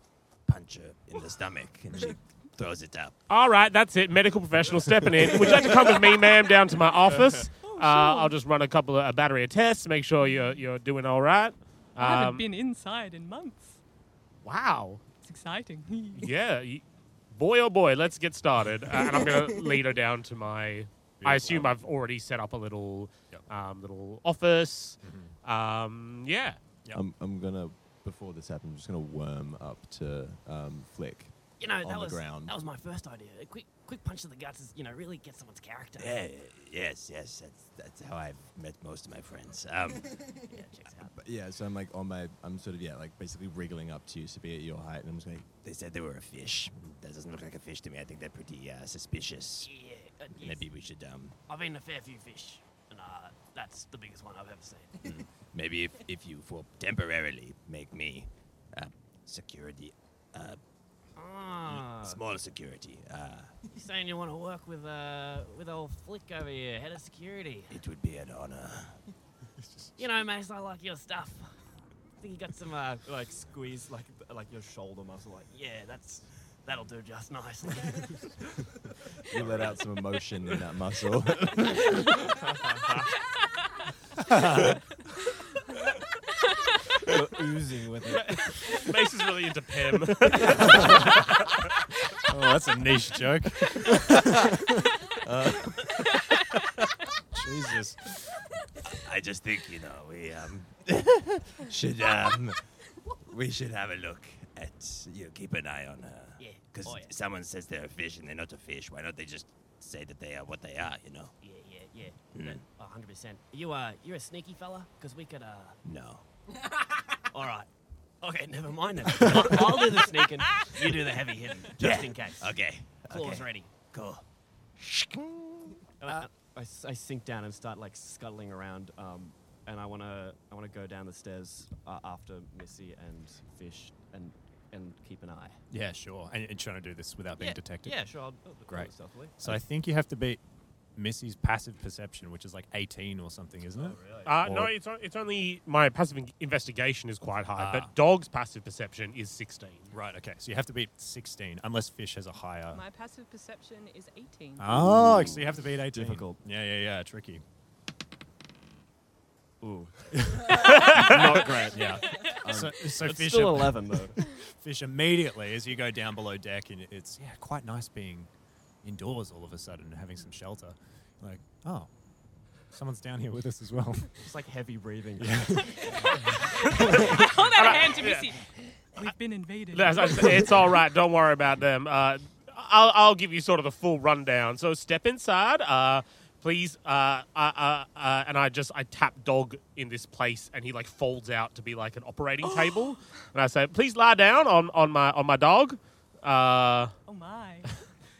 Speaker 6: punch her in the stomach and she throws it up.
Speaker 4: All right, that's it. Medical professional stepping in. Would you like to come with me, ma'am, down to my office?
Speaker 7: Oh,
Speaker 4: Uh, I'll just run a couple of a battery of tests, make sure you're you're doing all right.
Speaker 11: I haven't
Speaker 4: Um,
Speaker 11: been inside in months.
Speaker 4: Wow.
Speaker 11: It's exciting.
Speaker 4: Yeah. y- Boy, oh boy, let's get started. Uh, and I'm going to lead her down to my. I assume I've already set up a little, um, little office.
Speaker 12: Mm-hmm.
Speaker 4: Um, yeah.
Speaker 2: I'm, I'm gonna before this happens, I'm just gonna worm up to um, Flick.
Speaker 5: You know,
Speaker 2: on
Speaker 5: that
Speaker 2: the
Speaker 5: was
Speaker 2: ground.
Speaker 5: that was my first idea. A quick quick punch to the guts is, you know, really get someone's character.
Speaker 6: Yeah, yes, yes. That's that's how I've met most of my friends. Um,
Speaker 2: But yeah, so I'm like on my, I'm sort of yeah, like basically wriggling up to you to be at your height, and I'm just like,
Speaker 6: they said they were a fish. That doesn't look like a fish to me. I think they're pretty uh, suspicious.
Speaker 5: Yeah, uh, yes.
Speaker 6: Maybe we should um,
Speaker 5: I've eaten a fair few fish, and uh, that's the biggest one I've ever seen.
Speaker 6: Mm. Maybe if, if you will temporarily make me uh, security, uh,
Speaker 5: Ah,
Speaker 6: small security, uh,
Speaker 5: you saying you want to work with uh with old Flick over here, head of security?
Speaker 6: it would be an honor.
Speaker 5: You know, Mace, I like your stuff. I think you got some uh,
Speaker 3: like squeeze like like your shoulder muscle like
Speaker 5: yeah, that's that'll do just nicely.
Speaker 2: you let out some emotion in that muscle.
Speaker 3: You're oozing with it.
Speaker 4: Mace is really into Pim.
Speaker 12: Oh, that's a niche joke. Jesus.
Speaker 6: I just think you know we um, should um, we should have a look at you know, keep an eye on her.
Speaker 5: Yeah.
Speaker 6: Because
Speaker 5: Oh, yeah.
Speaker 6: someone says they're a fish and they're not a fish. Why don't they just say that they are what they are? You know?
Speaker 5: yeah, yeah, yeah. A hundred percent. You uh, you're a sneaky fella, because we could uh.
Speaker 6: No.
Speaker 5: All right. Okay, never mind then. I'll, I'll do the sneaking. You do the heavy hitting, just
Speaker 6: Yeah.
Speaker 5: in case.
Speaker 6: Okay.
Speaker 5: Claws
Speaker 6: okay.
Speaker 5: ready.
Speaker 6: Cool.
Speaker 5: Uh, I, s- I sink down and start like scuttling around, um, and I wanna I wanna go down the stairs uh, after Missy and Fish and and keep an eye.
Speaker 1: Yeah, sure. And you're trying to do this without being detected.
Speaker 5: Yeah, sure. I'll, I'll
Speaker 1: Great. it
Speaker 5: Stealthily.
Speaker 1: So I think you have to beat Missy's passive perception, which is like 18 or something, isn't it?
Speaker 7: Oh,
Speaker 4: Uh, no,
Speaker 1: Or-
Speaker 4: it's, on, it's only my passive in- investigation is quite high,
Speaker 1: Ah.
Speaker 4: but dog's passive perception is 16.
Speaker 1: Right. Okay. So you have to beat 16, unless Fish has a higher.
Speaker 11: My passive perception is 18.
Speaker 1: Ah. Oh, so you have to beat 18.
Speaker 5: Difficult.
Speaker 1: Yeah, yeah, yeah. Tricky.
Speaker 5: Ooh.
Speaker 1: Not great. Yeah. Um, so so
Speaker 5: It's
Speaker 1: Fish,
Speaker 5: still
Speaker 1: im-
Speaker 5: eleven though.
Speaker 1: Fish immediately, as you go down below deck, and it's yeah, quite nice being indoors all of a sudden and having some shelter. Like, oh, someone's down here with us as well.
Speaker 5: it's like heavy breathing.
Speaker 11: Hold that hand to Missy. We've been invaded.
Speaker 4: Uh, That's- that's- it's all right. Don't worry about them. Uh, I'll, I'll give you sort of the full rundown. So step inside, uh, please. Uh, uh, uh, uh, and I just I tap dog in this place, and he like folds out to be like an operating table. And I say, please lie down on, on my on my dog. Uh,
Speaker 11: oh my.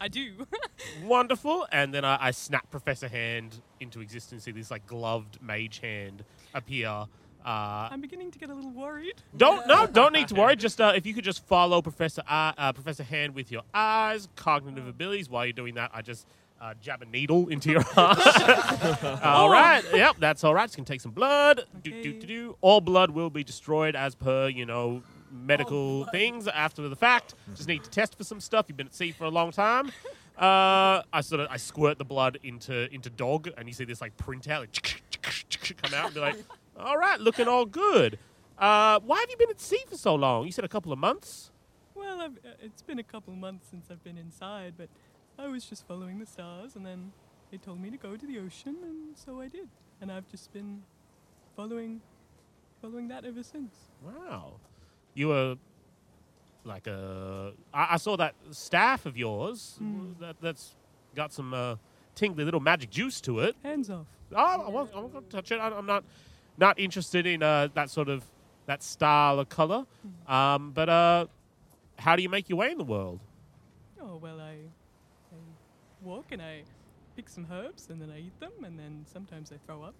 Speaker 11: I do.
Speaker 4: wonderful. And then I, I snap Professor Hand into existence. See this like gloved mage hand appear. Uh,
Speaker 11: I'm beginning to get a little worried.
Speaker 4: Don't no, don't need to worry. Just uh, if you could just follow Professor uh, uh, Professor Hand with your eyes, cognitive abilities. While you're doing that, I just uh, jab a needle into your eye. all right, yep, that's all right. It's gonna take some blood. Do, do, do,
Speaker 11: Okay.
Speaker 4: do. All blood will be destroyed as per you know medical things after the fact. Just need to test for some stuff. You've been at sea for a long time. Uh, I sort of I squirt the blood into into dog, and you see this like printout like, come out and be like, "All right, looking all good." Uh, why have you been at sea for so long? You said a couple of months.
Speaker 11: Well, I've, uh, it's been a couple months since I've been inside, but I was just following the stars, and then they told me to go to the ocean, and so I did. And I've just been following, following that ever since.
Speaker 4: Wow, you were like a. I, I saw that staff of yours.
Speaker 11: Hmm.
Speaker 4: That that's got some uh, tingly little magic juice to it.
Speaker 11: Hands off.
Speaker 4: Oh, I won't, I won't go touch it. I, I'm not not interested in uh, that sort of
Speaker 11: Hmm.
Speaker 4: that style of color. Um, but uh, how do you make your way in the world?
Speaker 9: oh, well, I, I walk and I pick some herbs and then I eat them and then sometimes I throw up.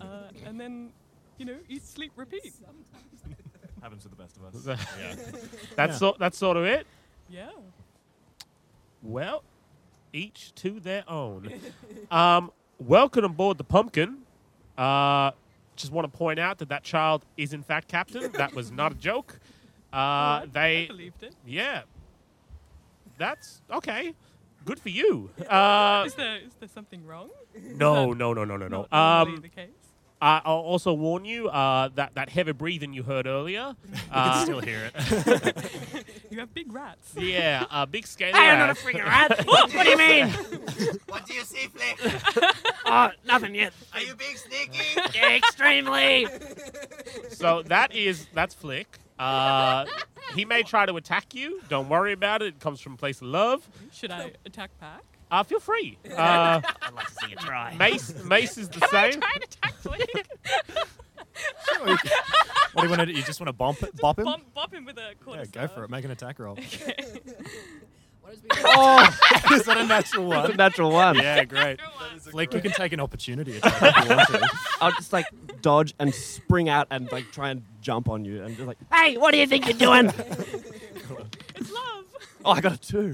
Speaker 9: Uh, and then, you know, eat, sleep, repeat.
Speaker 13: Happens to the best of us.
Speaker 4: yeah. That's so, that's sort of it.
Speaker 9: Yeah.
Speaker 4: Well, each to their own. um, welcome aboard the pumpkin. Uh, just want to point out that that child is in fact captain. That was not a joke. Uh,
Speaker 9: Alright,
Speaker 4: they
Speaker 9: I believed it.
Speaker 4: Yeah. That's okay. Good for you. Uh,
Speaker 9: is, there, is there something wrong?
Speaker 4: no, no, no, no, no, no.
Speaker 9: Not normally
Speaker 4: Um,
Speaker 9: the case.
Speaker 4: I- I'll also warn you uh, that that heavy breathing you heard earlier. uh, You
Speaker 13: can still hear it.
Speaker 9: you have big rats.
Speaker 4: Yeah, uh, big scaly
Speaker 5: I am not a
Speaker 4: rats.
Speaker 5: freaking rat. what do you mean?
Speaker 6: What do you see,
Speaker 5: Flick? oh, nothing yet.
Speaker 6: Are you being sneaky?
Speaker 5: Yeah, extremely.
Speaker 4: so that is that's Flick. Uh, he may try to attack you. Don't worry about it. It comes from a place of love.
Speaker 9: Should I attack back?
Speaker 4: Uh, feel free. Uh,
Speaker 5: I'd like to see you try.
Speaker 4: Mace, Mace is the
Speaker 9: Can I
Speaker 4: same.
Speaker 9: try and attack Flick?
Speaker 1: What do you want to do? You just want to bump it, bop him?
Speaker 9: Bump, bop him with a
Speaker 1: Yeah,
Speaker 9: quarter
Speaker 1: go for it. Make an attack roll.
Speaker 3: oh,
Speaker 1: is that a natural one?
Speaker 14: That's a natural one.
Speaker 1: Yeah, great. Flick, you can take an opportunity attack if you want to.
Speaker 14: I'll just like dodge and spring out and like try and jump on you and just like.
Speaker 5: Hey, what do you think you're doing?
Speaker 9: it's love.
Speaker 14: Oh, I got a two.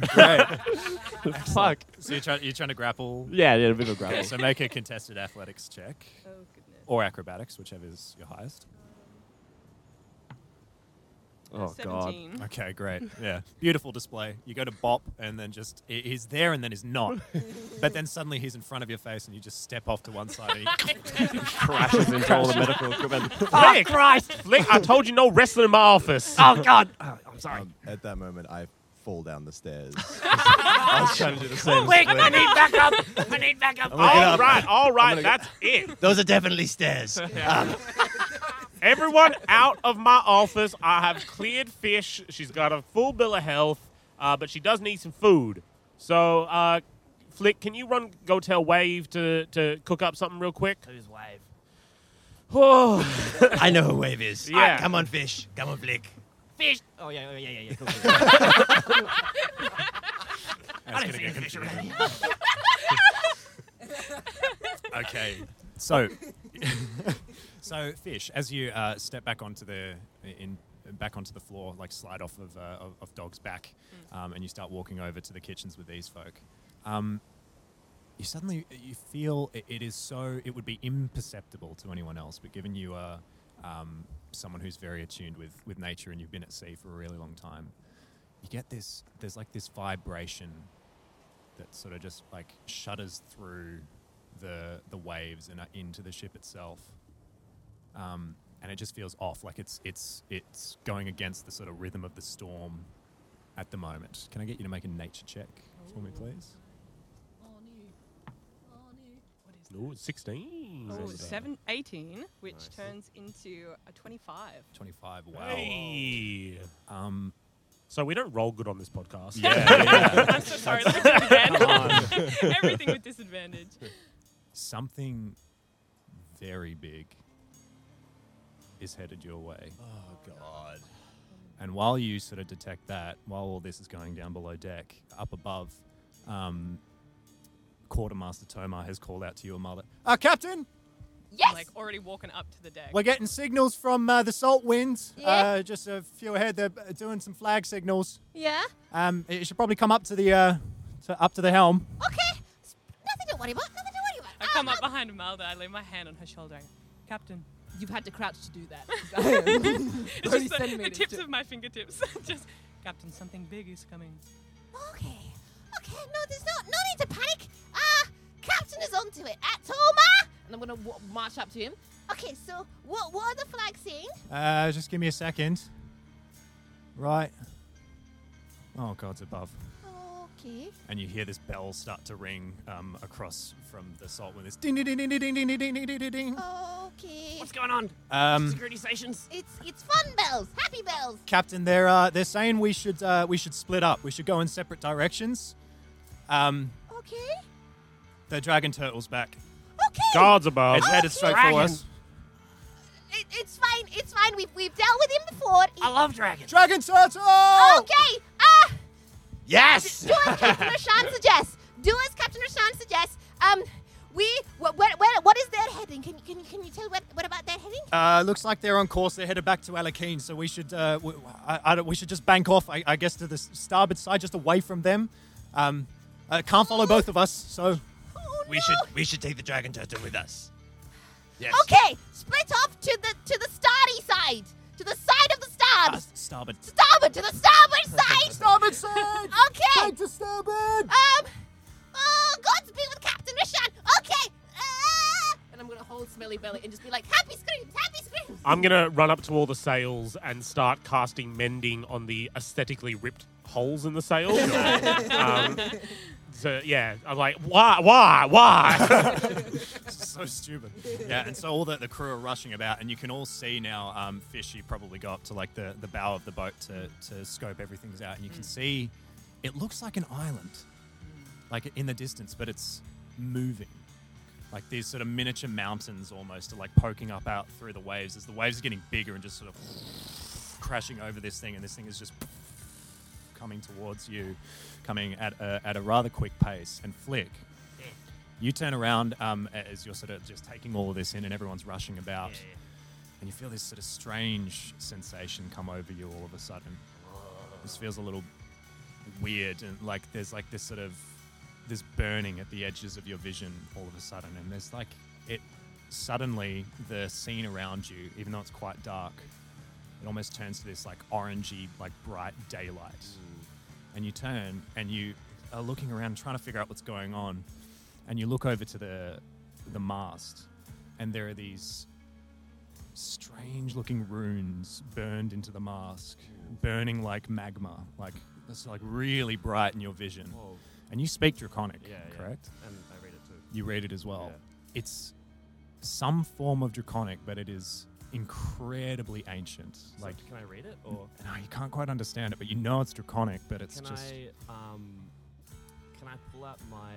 Speaker 14: Fuck.
Speaker 1: So you're trying, you're trying to grapple?
Speaker 14: Yeah, yeah, a bit of grapple.
Speaker 1: Okay, so make a contested athletics check. Or acrobatics, whichever is your highest.
Speaker 14: Oh,
Speaker 9: Seventeen.
Speaker 1: Okay, great. Yeah. Beautiful display. You go to bop and then just, he- he's there and then he's not. but then suddenly he's in front of your face and you just step off to one side and he
Speaker 14: crashes Oh, into all the medical equipment.
Speaker 5: Oh,
Speaker 4: Flick, Flick, I told you no wrestling in my office.
Speaker 2: Oh, God.
Speaker 6: I'm sorry.
Speaker 2: Um, At that moment, I fall down the stairs. I was trying to do the same. as
Speaker 5: Oh, Wait, I
Speaker 2: Blake.
Speaker 5: need backup. I need backup.
Speaker 2: I'm gonna get
Speaker 4: All
Speaker 2: up.
Speaker 4: right, all
Speaker 2: I'm
Speaker 4: right,
Speaker 2: gonna
Speaker 4: that's it.
Speaker 6: Mm. Those are definitely stairs. Um,
Speaker 4: Everyone out of my office. I have cleared fish. She's got a full bill of health, uh, but she does need some food. So, uh, Flick, can you run, go tell Wave to, to cook up something real quick?
Speaker 5: Who's wave?
Speaker 4: Oh.
Speaker 6: I know who Wave is.
Speaker 4: Yeah.
Speaker 6: Ah, come on, fish. Come on, Flick.
Speaker 5: Fish.
Speaker 14: Oh yeah, oh, yeah, yeah, yeah. Cool,
Speaker 5: I don't see any fish already.
Speaker 1: okay. So, so fish, as you uh, step back onto the in back onto the floor, like slide off of, uh, of, of dog's back, um, and you start walking over to the kitchens with these folk. Um, you suddenly you feel it, it is so it would be imperceptible to anyone else, but given you are um, someone who's very attuned with with nature and you've been at sea for a really long time, you get this. There's like this vibration that sort of just like shudders through the the waves and uh, into the ship itself. Um, and it just feels off, like it's it's it's going against the sort of rhythm of the storm at the moment. Can I get you to make a nature check for me, please?
Speaker 4: Ooh, 16.
Speaker 9: Oh, seven, 18, which turns into a 25.
Speaker 1: Twenty-five. Wow.
Speaker 4: Hey.
Speaker 1: Um,
Speaker 4: so we don't roll good on this podcast.
Speaker 9: I'm so sorry. Look at disadvantage. Everything with disadvantage.
Speaker 1: Something very big is headed your way.
Speaker 2: Oh, God.
Speaker 1: And while you sort of detect that, while all this is going down below deck, up above, um, Quartermaster Tomar has called out to you, Amala. Uh, Captain,
Speaker 9: Yes. Like already walking up to the deck.
Speaker 1: we're getting signals from uh, the Salt Winds.
Speaker 3: Yeah.
Speaker 1: Uh, just a few ahead, they're uh, doing some flag signals.
Speaker 3: yeah.
Speaker 1: Um, you should probably come up to the uh, to, up to the helm.
Speaker 3: Okay. S- Nothing to worry about. Nothing to worry about. Um,
Speaker 9: I come up behind Imelda. I lay my hand on her shoulder. Captain.
Speaker 3: You've had to crouch to do that.
Speaker 9: It's
Speaker 3: 30
Speaker 9: just the, the
Speaker 3: centimeters
Speaker 9: tips
Speaker 3: to-
Speaker 9: of my fingertips. just, Captain, something big is coming.
Speaker 3: Okay. Okay. No, there's no no need to panic.
Speaker 7: Uh,
Speaker 3: Ah, Captain is onto it. At Toma. And I'm gonna w- march up to him. Okay. So what what are the flags saying?
Speaker 1: Uh, just give me a second. Right. Oh, God's above.
Speaker 3: Okay.
Speaker 1: and you hear this bell start to ring um, across from the salt when this ding ding ding ding ding ding ding ding ding ding ding ding.
Speaker 3: Okay.
Speaker 5: What's going on?
Speaker 1: Um,
Speaker 5: Security stations.
Speaker 3: It's it's fun bells. Happy bells.
Speaker 1: Captain, they're uh, they're saying we should uh, we should split up. We should go in separate directions. Um,
Speaker 3: Okay.
Speaker 1: the dragon turtle's back.
Speaker 3: Okay.
Speaker 4: God's above.
Speaker 1: It's headed straight for us.
Speaker 3: It, it's fine. It's fine. We've we've dealt with him before. He-
Speaker 5: I love dragons.
Speaker 1: Dragon turtle!
Speaker 3: okay. Ah.
Speaker 6: Yes!
Speaker 7: uh, Do as Captain Rashan suggests. Do as Captain Rashan suggests. Um, we. What? What? What is their heading? Can you? Can you? Can you tell what? What about their heading?
Speaker 1: Uh, looks like they're on course. They're headed back to Alakeen, so we should uh, we, I, I don't, we should just bank off, I, I guess, to the starboard side, just away from them. Um, uh, can't follow both of us, so
Speaker 6: We should we should take the dragon tester with us. Yes.
Speaker 7: Okay, split off to the to the starry side, to the side of the
Speaker 1: Uh,
Speaker 7: stars.
Speaker 1: starboard.
Speaker 7: starboard to the starboard side.
Speaker 1: starboard side.
Speaker 7: Okay. Back to starboard. Um. Oh, God's be with Captain Rishan. Okay. Uh,
Speaker 3: and I'm gonna hold Smelly Belly and just be like, happy screams, happy screams.
Speaker 4: I'm gonna run up to all the sails and start casting mending on the aesthetically ripped holes in the sails. um, so yeah, I'm like, why, why, why?
Speaker 1: so stupid. Yeah, and so all the, the crew are rushing about, and you can all see now. Um, Fishy probably got up to like the, the bow of the boat to, to scope everything's out, and you can see it looks like an island, like in the distance, but it's moving. Like these sort of miniature mountains almost are like poking up out through the waves as the waves are getting bigger and just sort of crashing over this thing, and this thing is just coming towards you, coming at a, at a rather quick pace. And Flick, you turn around um, as you're sort of just taking all of this in, and everyone's rushing about, and you feel this sort of strange sensation come over you all of a sudden. This feels a little weird, and like there's like this sort of this burning at the edges of your vision all of a sudden, and there's like it suddenly the scene around you, even though it's quite dark, it almost turns to this like orangey, like bright daylight. And you turn and you are looking around trying to figure out what's going on. And you look over to the the mast and there are these strange looking runes burned into the mask, burning like magma, like it's like really bright in your vision. And you speak draconic, correct?
Speaker 8: And I read it too.
Speaker 1: You read it as well. It's some form of draconic, but it is incredibly ancient.
Speaker 8: So
Speaker 1: Like
Speaker 8: can I read it or
Speaker 1: no, you can't quite understand it, but you know it's draconic, but it's
Speaker 8: can
Speaker 1: just
Speaker 8: I um can I pull out my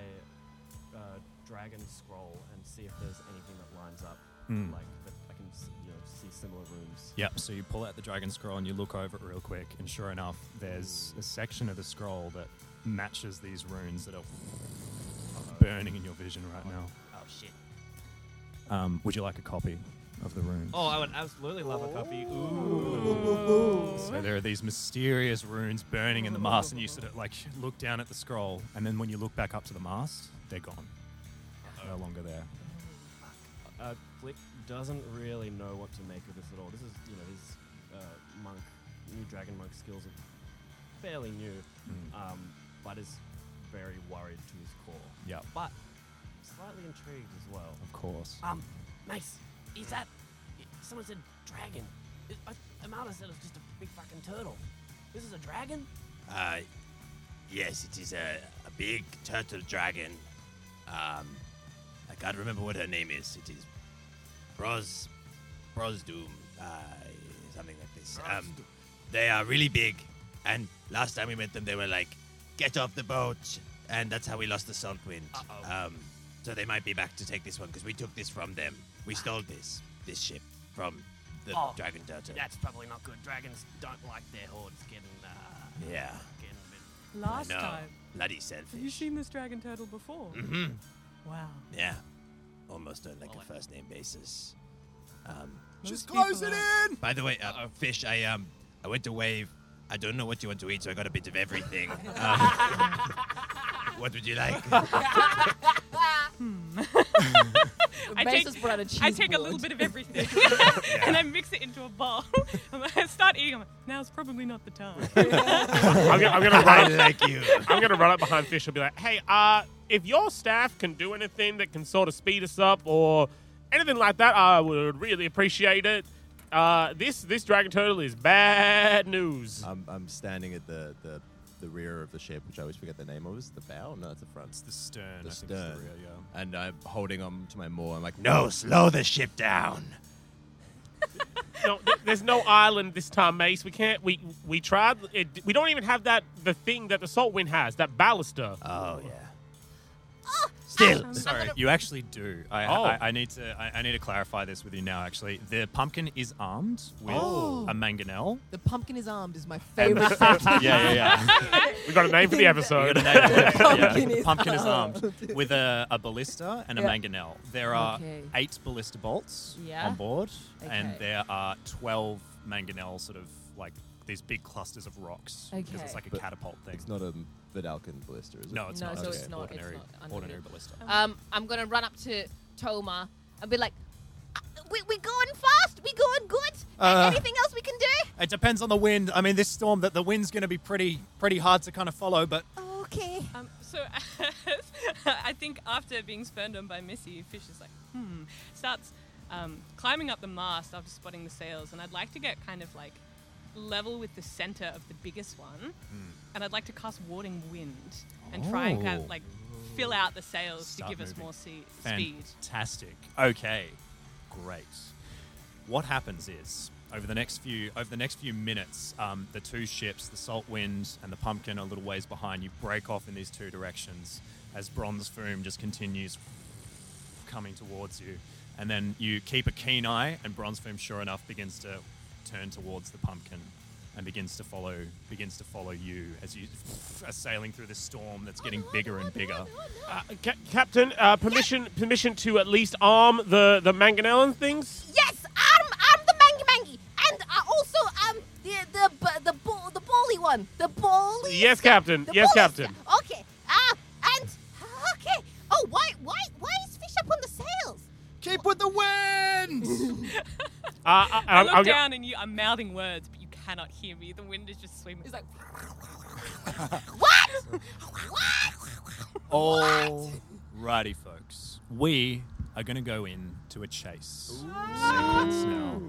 Speaker 8: uh, dragon scroll and see if there's anything that lines up
Speaker 1: Mm.
Speaker 8: like that I can s- you know see similar rooms.
Speaker 1: Yep, so you pull out the dragon scroll and you look over it real quick, and sure enough, there's a section of the scroll that matches these runes that are burning in your vision right now.
Speaker 5: Oh shit.
Speaker 1: Um, would you like a copy of the runes?
Speaker 8: Oh, I would absolutely love a copy.
Speaker 1: So there are these mysterious runes burning in the mast, and you sort of like look down at the scroll, and then when you look back up to the mast, they're gone. No longer there.
Speaker 8: Uh, Flick doesn't really know what to make of this at all. This is, you know, his uh, monk, new dragon monk skills are fairly new,
Speaker 1: Hmm.
Speaker 8: um, but is very worried to his core.
Speaker 1: Yeah.
Speaker 8: But slightly intrigued as well.
Speaker 1: Of course.
Speaker 5: Um, Mace, is that? Someone said dragon. It, I, Amala said it was just a big fucking turtle. This is a dragon.
Speaker 6: Uh, yes, it is a, a big turtle dragon. Um, I can't remember what her name is. It is Bros, Bros Doom, uh, something like this. Um, they are really big, and last time we met them, they were like, "Get off the boat," and that's how we lost the salt wind. Um, so they might be back to take this one because we took this from them. We stole this this ship from the
Speaker 5: Oh,
Speaker 6: dragon turtle.
Speaker 5: That's probably not good. Dragons don't like their hordes getting. Uh,
Speaker 6: Yeah.
Speaker 5: Getting a bit.
Speaker 9: Last
Speaker 6: I know.
Speaker 9: time.
Speaker 6: Bloody selfish.
Speaker 9: Have you seen this dragon turtle before?
Speaker 4: Mm-hmm.
Speaker 6: Mhm.
Speaker 9: Wow.
Speaker 6: Yeah. Almost on like
Speaker 1: Oh,
Speaker 6: a first name basis. Um,
Speaker 9: Just close it in!
Speaker 6: By the way, uh, fish, I um, I went to wave. I don't know what you want to eat, so I got a bit of everything. Um, what would you like?
Speaker 3: Ah.
Speaker 9: Hmm. I
Speaker 3: Mace
Speaker 9: take,
Speaker 3: has brought a
Speaker 9: I
Speaker 3: cheese
Speaker 9: take a
Speaker 3: board.
Speaker 9: little bit of everything and I mix it into a bowl. I start eating. I'm like, now's probably not the time.
Speaker 4: I'm, gonna, I'm gonna run
Speaker 6: I
Speaker 4: up,
Speaker 6: like you.
Speaker 4: I'm gonna run up behind Fish and be like, "Hey, uh, if your staff can do anything that can sort of speed us up or anything like that, I would really appreciate it. Uh, this this dragon turtle is bad news.
Speaker 2: I'm, I'm standing at the, the the rear of the ship, which I always forget the name of. Is it the bow? No, it's the front. It's
Speaker 1: the stern.
Speaker 2: The
Speaker 1: I
Speaker 2: stern.
Speaker 1: think it's the rear,
Speaker 2: And I'm holding on to my moor. I'm like,
Speaker 6: No, slow the ship down.
Speaker 4: no, th- there's no island this time, Mace. We can't. We we tried. It, we don't even have that the thing that the salt wind has, that baluster.
Speaker 6: Oh yeah.
Speaker 7: Still.
Speaker 1: Sorry, you actually do. I,
Speaker 11: Oh.
Speaker 1: I, I need to. I, I need to clarify this with you now. Actually, the pumpkin is armed with
Speaker 15: Oh.
Speaker 1: a mangonel.
Speaker 15: The pumpkin is armed is my
Speaker 1: and the
Speaker 15: favorite.
Speaker 1: yeah, yeah, yeah.
Speaker 4: We got a name for the episode.
Speaker 1: We got a name for it, yeah.
Speaker 15: Pumpkin is
Speaker 1: Pumpkin is
Speaker 15: armed.
Speaker 1: armed with a, a ballista and a
Speaker 15: Yeah.
Speaker 1: mangonel. There are
Speaker 15: Okay.
Speaker 1: eight ballista bolts
Speaker 15: Yeah.
Speaker 1: on board,
Speaker 15: Okay.
Speaker 1: and there are twelve mangonel sort of like these big clusters of rocks because
Speaker 15: Okay.
Speaker 1: it's like a
Speaker 2: But
Speaker 1: catapult thing.
Speaker 2: It's not a Vidalcan blister, is it?
Speaker 1: No, it's
Speaker 3: no,
Speaker 1: not.
Speaker 3: so
Speaker 1: It's
Speaker 3: it's
Speaker 1: just
Speaker 3: not.
Speaker 1: ordinary,
Speaker 3: it's not
Speaker 1: ordinary
Speaker 3: unlimited.
Speaker 1: ballista.
Speaker 3: Um,
Speaker 7: Um,
Speaker 3: I'm gonna run up to Toma and be like, "Uh,
Speaker 7: we we going fast. We going good. A-
Speaker 1: Uh,
Speaker 7: Anything else we can do?
Speaker 1: It depends on the wind. I mean, this storm that the wind's going to be pretty pretty hard to kind of follow, but
Speaker 7: Okay.
Speaker 9: Um, so I think after being spurned on by Missy, Fish is like, hmm, starts um, climbing up the mast after spotting the sails, and I'd like to get kind of like level with the center of the biggest one,
Speaker 11: Hmm.
Speaker 9: and I'd like to cast Warding Wind and try and kind
Speaker 1: Oh.
Speaker 9: of like fill out the sails
Speaker 1: Start
Speaker 9: to give us
Speaker 1: moving.
Speaker 9: more sea- speed.
Speaker 1: fantastic. Okay, great. What happens is over the next few over the next few minutes, um, the two ships, the Salt Wind and the Pumpkin, a little ways behind you, break off in these two directions as Bronze Foam just continues coming towards you, and then you keep a keen eye, and Bronze Foam, sure enough, begins to turn towards the Pumpkin. And begins to follow, begins to follow you as you are sailing through this storm that's getting bigger and bigger.
Speaker 4: Uh, Ca- Captain, uh, permission permission to at least arm the, the mangonel and things?
Speaker 7: Yes, arm arm the mangy mangy, and uh, also um the the b- the ball the bally one, the bally.
Speaker 4: Yes, Captain.
Speaker 7: The
Speaker 4: yes,
Speaker 7: ball is-
Speaker 4: Captain.
Speaker 7: Okay. Ah, and okay. Oh, why why why is fish up on the sails?
Speaker 13: Keep with the wind!
Speaker 4: Uh, I,
Speaker 9: I
Speaker 4: I'll-
Speaker 9: look
Speaker 4: I'll go-
Speaker 9: down and you are mouthing words, but you cannot hear me. The wind is just swimming. It's like,
Speaker 7: what?
Speaker 1: All righty, folks. We are going to go in to a chase sequence now.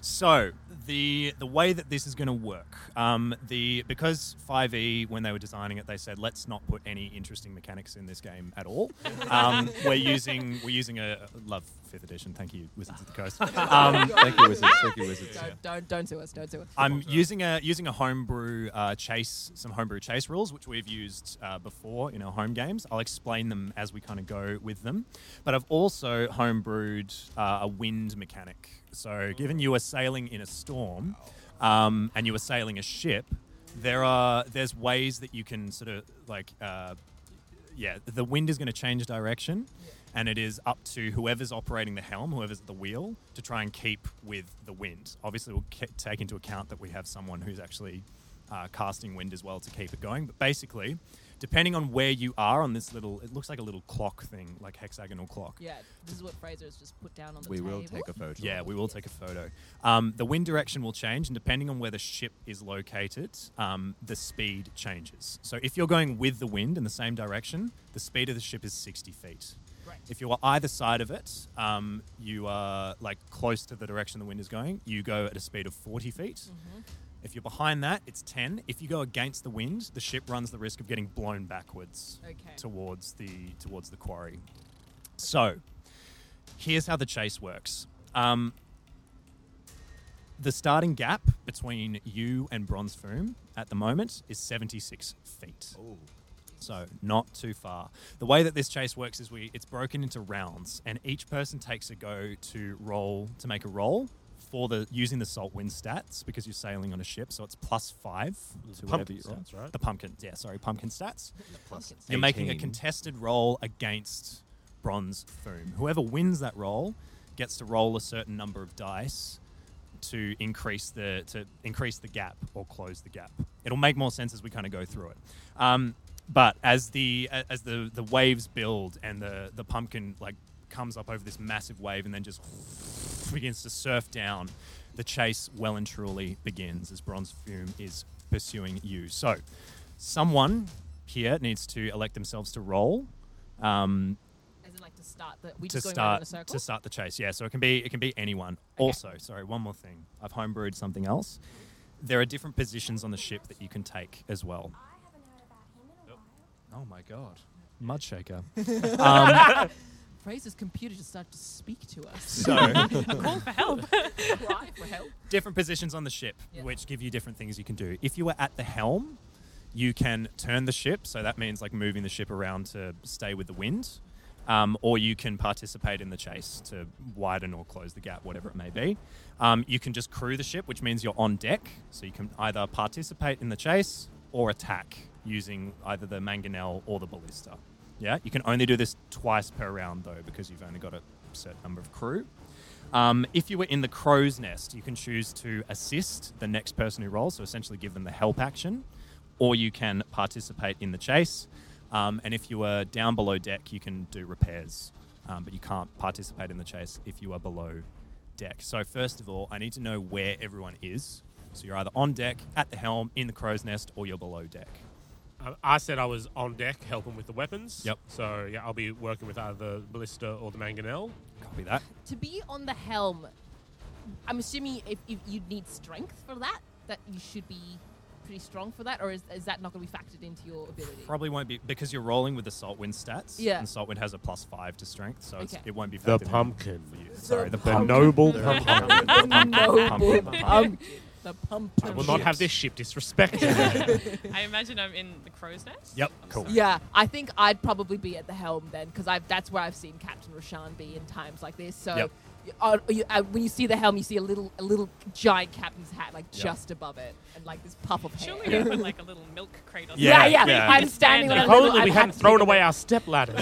Speaker 1: So the the way that this is going to work, um, the because 5e when they were designing it, they said let's not put any interesting mechanics in this game at all. Um, we're using we're using a love fifth edition. Thank you, Wizards of the Coast. Um,
Speaker 2: Thank you, Wizards. Thank you, Wizards.
Speaker 15: Don't, don't don't sue us. Don't sue us.
Speaker 1: I'm using a using a homebrew uh, chase, some homebrew chase rules, which we've used uh, before in our home games. I'll explain them as we kind of go with them. But I've also homebrewed uh, a wind mechanic. So, given you are sailing in a storm, um, and you are sailing a ship, there are there's ways that you can sort of like. Uh, yeah, the wind is going to change direction, and it is up to whoever's operating the helm, whoever's at the wheel, to try and keep with the wind. Obviously, we'll ca- take into account that we have someone who's actually uh, casting wind as well to keep it going. But basically, depending on where you are on this little, it looks like a little clock thing, like hexagonal clock.
Speaker 3: yeah, this is what Fraser has just put down on the
Speaker 1: We
Speaker 3: table.
Speaker 1: will take a photo. Yeah, we will take a photo. Um, the wind direction will change, and depending on where the ship is located, um, the speed changes. So if you're going with the wind in the same direction, the speed of the ship is 60 feet.
Speaker 13: Right.
Speaker 1: If you are either side of it, um, you are like close to the direction the wind is going. You go at a speed of 40 feet.
Speaker 3: Mm-hmm.
Speaker 1: If you're behind that, it's 10. If you go against the wind, the ship runs the risk of getting blown backwards
Speaker 13: Okay.
Speaker 1: towards the towards the quarry. So, here's how the chase works. Um, the starting gap between you and Bronze Foom at the moment is 76 feet. So not too far. The way that this chase works is we it's broken into rounds, and each person takes a go to roll to make a roll for the using the salt wind stats because you're sailing on a ship. So it's plus five to whatever
Speaker 4: pumpkin
Speaker 1: you roll.
Speaker 4: stats, right?
Speaker 1: The pumpkin, yeah, sorry, pumpkin stats.
Speaker 4: Plus
Speaker 1: You're making a
Speaker 4: 18.
Speaker 1: contested roll against Bronze Foom. Whoever wins that roll gets to roll a certain number of dice to increase the to increase the gap or close the gap. It'll make more sense as we kind of go through it. Um, but as the a- as the the waves build and the the pumpkin like comes up over this massive wave and then just begins to surf down, the chase well and truly begins as Bronze Fume is pursuing you. So, someone here needs to elect themselves to roll. Um,
Speaker 3: As in, like to start the we
Speaker 1: to
Speaker 3: just going around in
Speaker 1: start
Speaker 3: a circle.
Speaker 1: to start the chase. Yeah, so it can be it can be anyone. Also, sorry, one more thing. I've homebrewed something else. There are different positions on the ship that you can take as well. Oh my god, Mudshaker. um,
Speaker 15: Fraser's computer just started to speak to us.
Speaker 1: So-
Speaker 15: A
Speaker 1: call
Speaker 9: for help.
Speaker 15: Cry for help.
Speaker 1: different positions on the ship, which give you different things you can do. If you are at the helm, you can turn the ship, so that means like moving the ship around to stay with the wind. um, or you can participate in the chase to widen or close the gap, whatever it may be. Um, you can just crew the ship, which means you're on deck, so you can either participate in the chase or attack using either the mangonel or the ballista. Yeah, you can only do this twice per round though, because you've only got a certain number of crew. Um, if you were in the crow's nest, you can choose to assist the next person who rolls, so essentially give them the help action, or you can participate in the chase. Um, and if you are down below deck, you can do repairs, um, but you can't participate in the chase if you are below deck. So, first of all, I need to know where everyone is. So, you're either on deck, at the helm, in the crow's nest, or you're below deck.
Speaker 4: Uh, I said I was on deck helping with the weapons.
Speaker 1: Yep.
Speaker 4: So yeah, I'll be working with either the ballista or the mangonel.
Speaker 1: Copy that.
Speaker 3: To be on the helm, I'm assuming if, if you'd need strength for that, that you should be pretty strong for that, or is, is that not going to be factored into your ability?
Speaker 1: Probably won't be because you're rolling with the Saltwind stats.
Speaker 3: Yeah.
Speaker 1: And Saltwind has a plus five to strength, so it's,
Speaker 3: Okay.
Speaker 1: it won't be
Speaker 4: The
Speaker 1: factored in
Speaker 4: pumpkin.
Speaker 1: For you. Sorry, the,
Speaker 4: The
Speaker 1: pumpkin.
Speaker 4: noble
Speaker 1: The
Speaker 4: pumpkin.
Speaker 1: pumpkin.
Speaker 4: The
Speaker 1: Pumpkin,
Speaker 4: noble
Speaker 1: pumpkin,
Speaker 4: pumpkin.
Speaker 16: The pumpkin.
Speaker 4: I will not have this ship disrespected.
Speaker 9: I imagine I'm in the crow's nest.
Speaker 1: Yep, cool.
Speaker 3: Yeah, I think I'd probably be at the helm then, because that's where I've seen Captain Rashan be in times like this. So,
Speaker 1: Yep.
Speaker 3: you- uh, you- uh, when you see the helm, you see a little, a little giant captain's hat, like
Speaker 1: Yep.
Speaker 3: just above it, and like this puff of hair.
Speaker 9: Surely we put like a little milk crate on
Speaker 3: Yeah,
Speaker 9: the
Speaker 3: yeah,
Speaker 9: thing.
Speaker 3: I'm standing
Speaker 9: And
Speaker 3: on
Speaker 4: if
Speaker 3: a
Speaker 9: like-
Speaker 3: little-
Speaker 4: only
Speaker 3: I'm
Speaker 4: we hadn't
Speaker 3: actually
Speaker 4: thrown
Speaker 3: gonna-
Speaker 4: away our step ladders.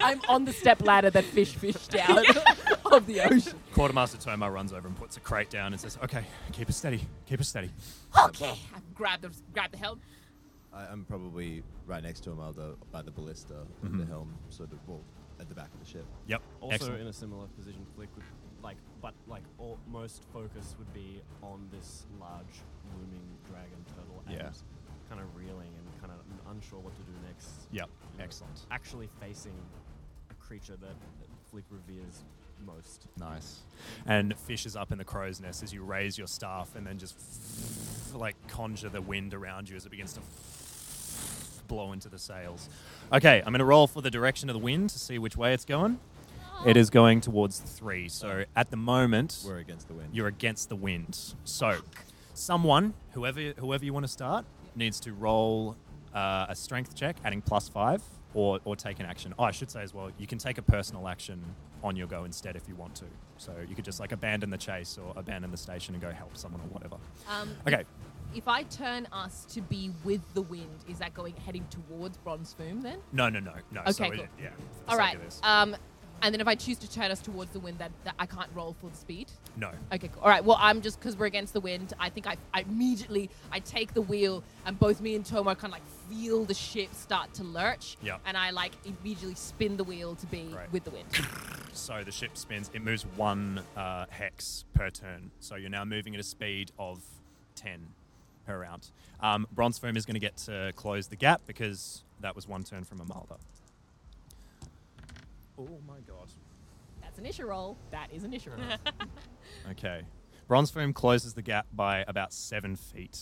Speaker 3: I'm on the step ladder that fish fished out of the ocean.
Speaker 1: Quartermaster Toma runs over and puts a crate down and says, "Okay, keep it steady, keep it steady."
Speaker 3: Okay, I grab the grab the helm.
Speaker 2: I, I'm probably right next to him by the, by the ballista and the helm, sort of well, at the back of the ship.
Speaker 1: Mm-hmm. Yep.
Speaker 8: Also
Speaker 1: Excellent.
Speaker 8: in a similar position, Flick would like, but like all, most focus would be on this large looming dragon turtle and
Speaker 1: Yeah.
Speaker 8: kind of reeling and kind of unsure what to do next.
Speaker 1: Yep,
Speaker 8: You know,
Speaker 1: excellent.
Speaker 8: Actually facing a creature that, that Flick reveres most.
Speaker 1: Nice. And fish is up in the crow's nest as you raise your staff and then just like conjure the wind around you as it begins to blow into the sails. Okay, I'm going to roll for the direction of the wind to see which way it's going.
Speaker 3: Oh.
Speaker 1: It is going towards three. So at the moment,
Speaker 2: We're against the wind.
Speaker 1: You're against the wind. So someone, whoever whoever you want to start, needs to roll uh, a strength check, adding plus five, or or take an action. Oh, I should say as well, you can take a personal action on your go instead if you want to. So you could just like abandon the chase or abandon the station and go help someone or whatever.
Speaker 3: Um,
Speaker 1: Okay.
Speaker 3: If I turn us to be with the wind, is that going heading towards Bronze Foom then?
Speaker 1: No, no, no, no.
Speaker 3: Okay,
Speaker 1: so it-
Speaker 3: cool.
Speaker 1: yeah. for the
Speaker 3: All
Speaker 1: sake
Speaker 3: right.
Speaker 1: of this.
Speaker 3: Um, and then if I choose to turn us towards the wind, that, that I can't roll for the speed.
Speaker 1: No.
Speaker 3: Okay. Cool. All right. Well, I'm just because we're against the wind. I think I, I immediately I take the wheel, and both me and Tomo kind of like feel the ship start to lurch.
Speaker 1: Yep.
Speaker 3: And I like immediately spin the wheel to be
Speaker 1: Right.
Speaker 3: with the wind.
Speaker 1: So the ship spins. It moves one uh, hex per turn. So you're now moving at a speed of ten per round. Um, Bronze Foam is going to get to close the gap because that was one turn from Amalda. Oh my god.
Speaker 3: That's an issue roll. That is an issue roll.
Speaker 1: Okay. Bronze Foam closes the gap by about seven feet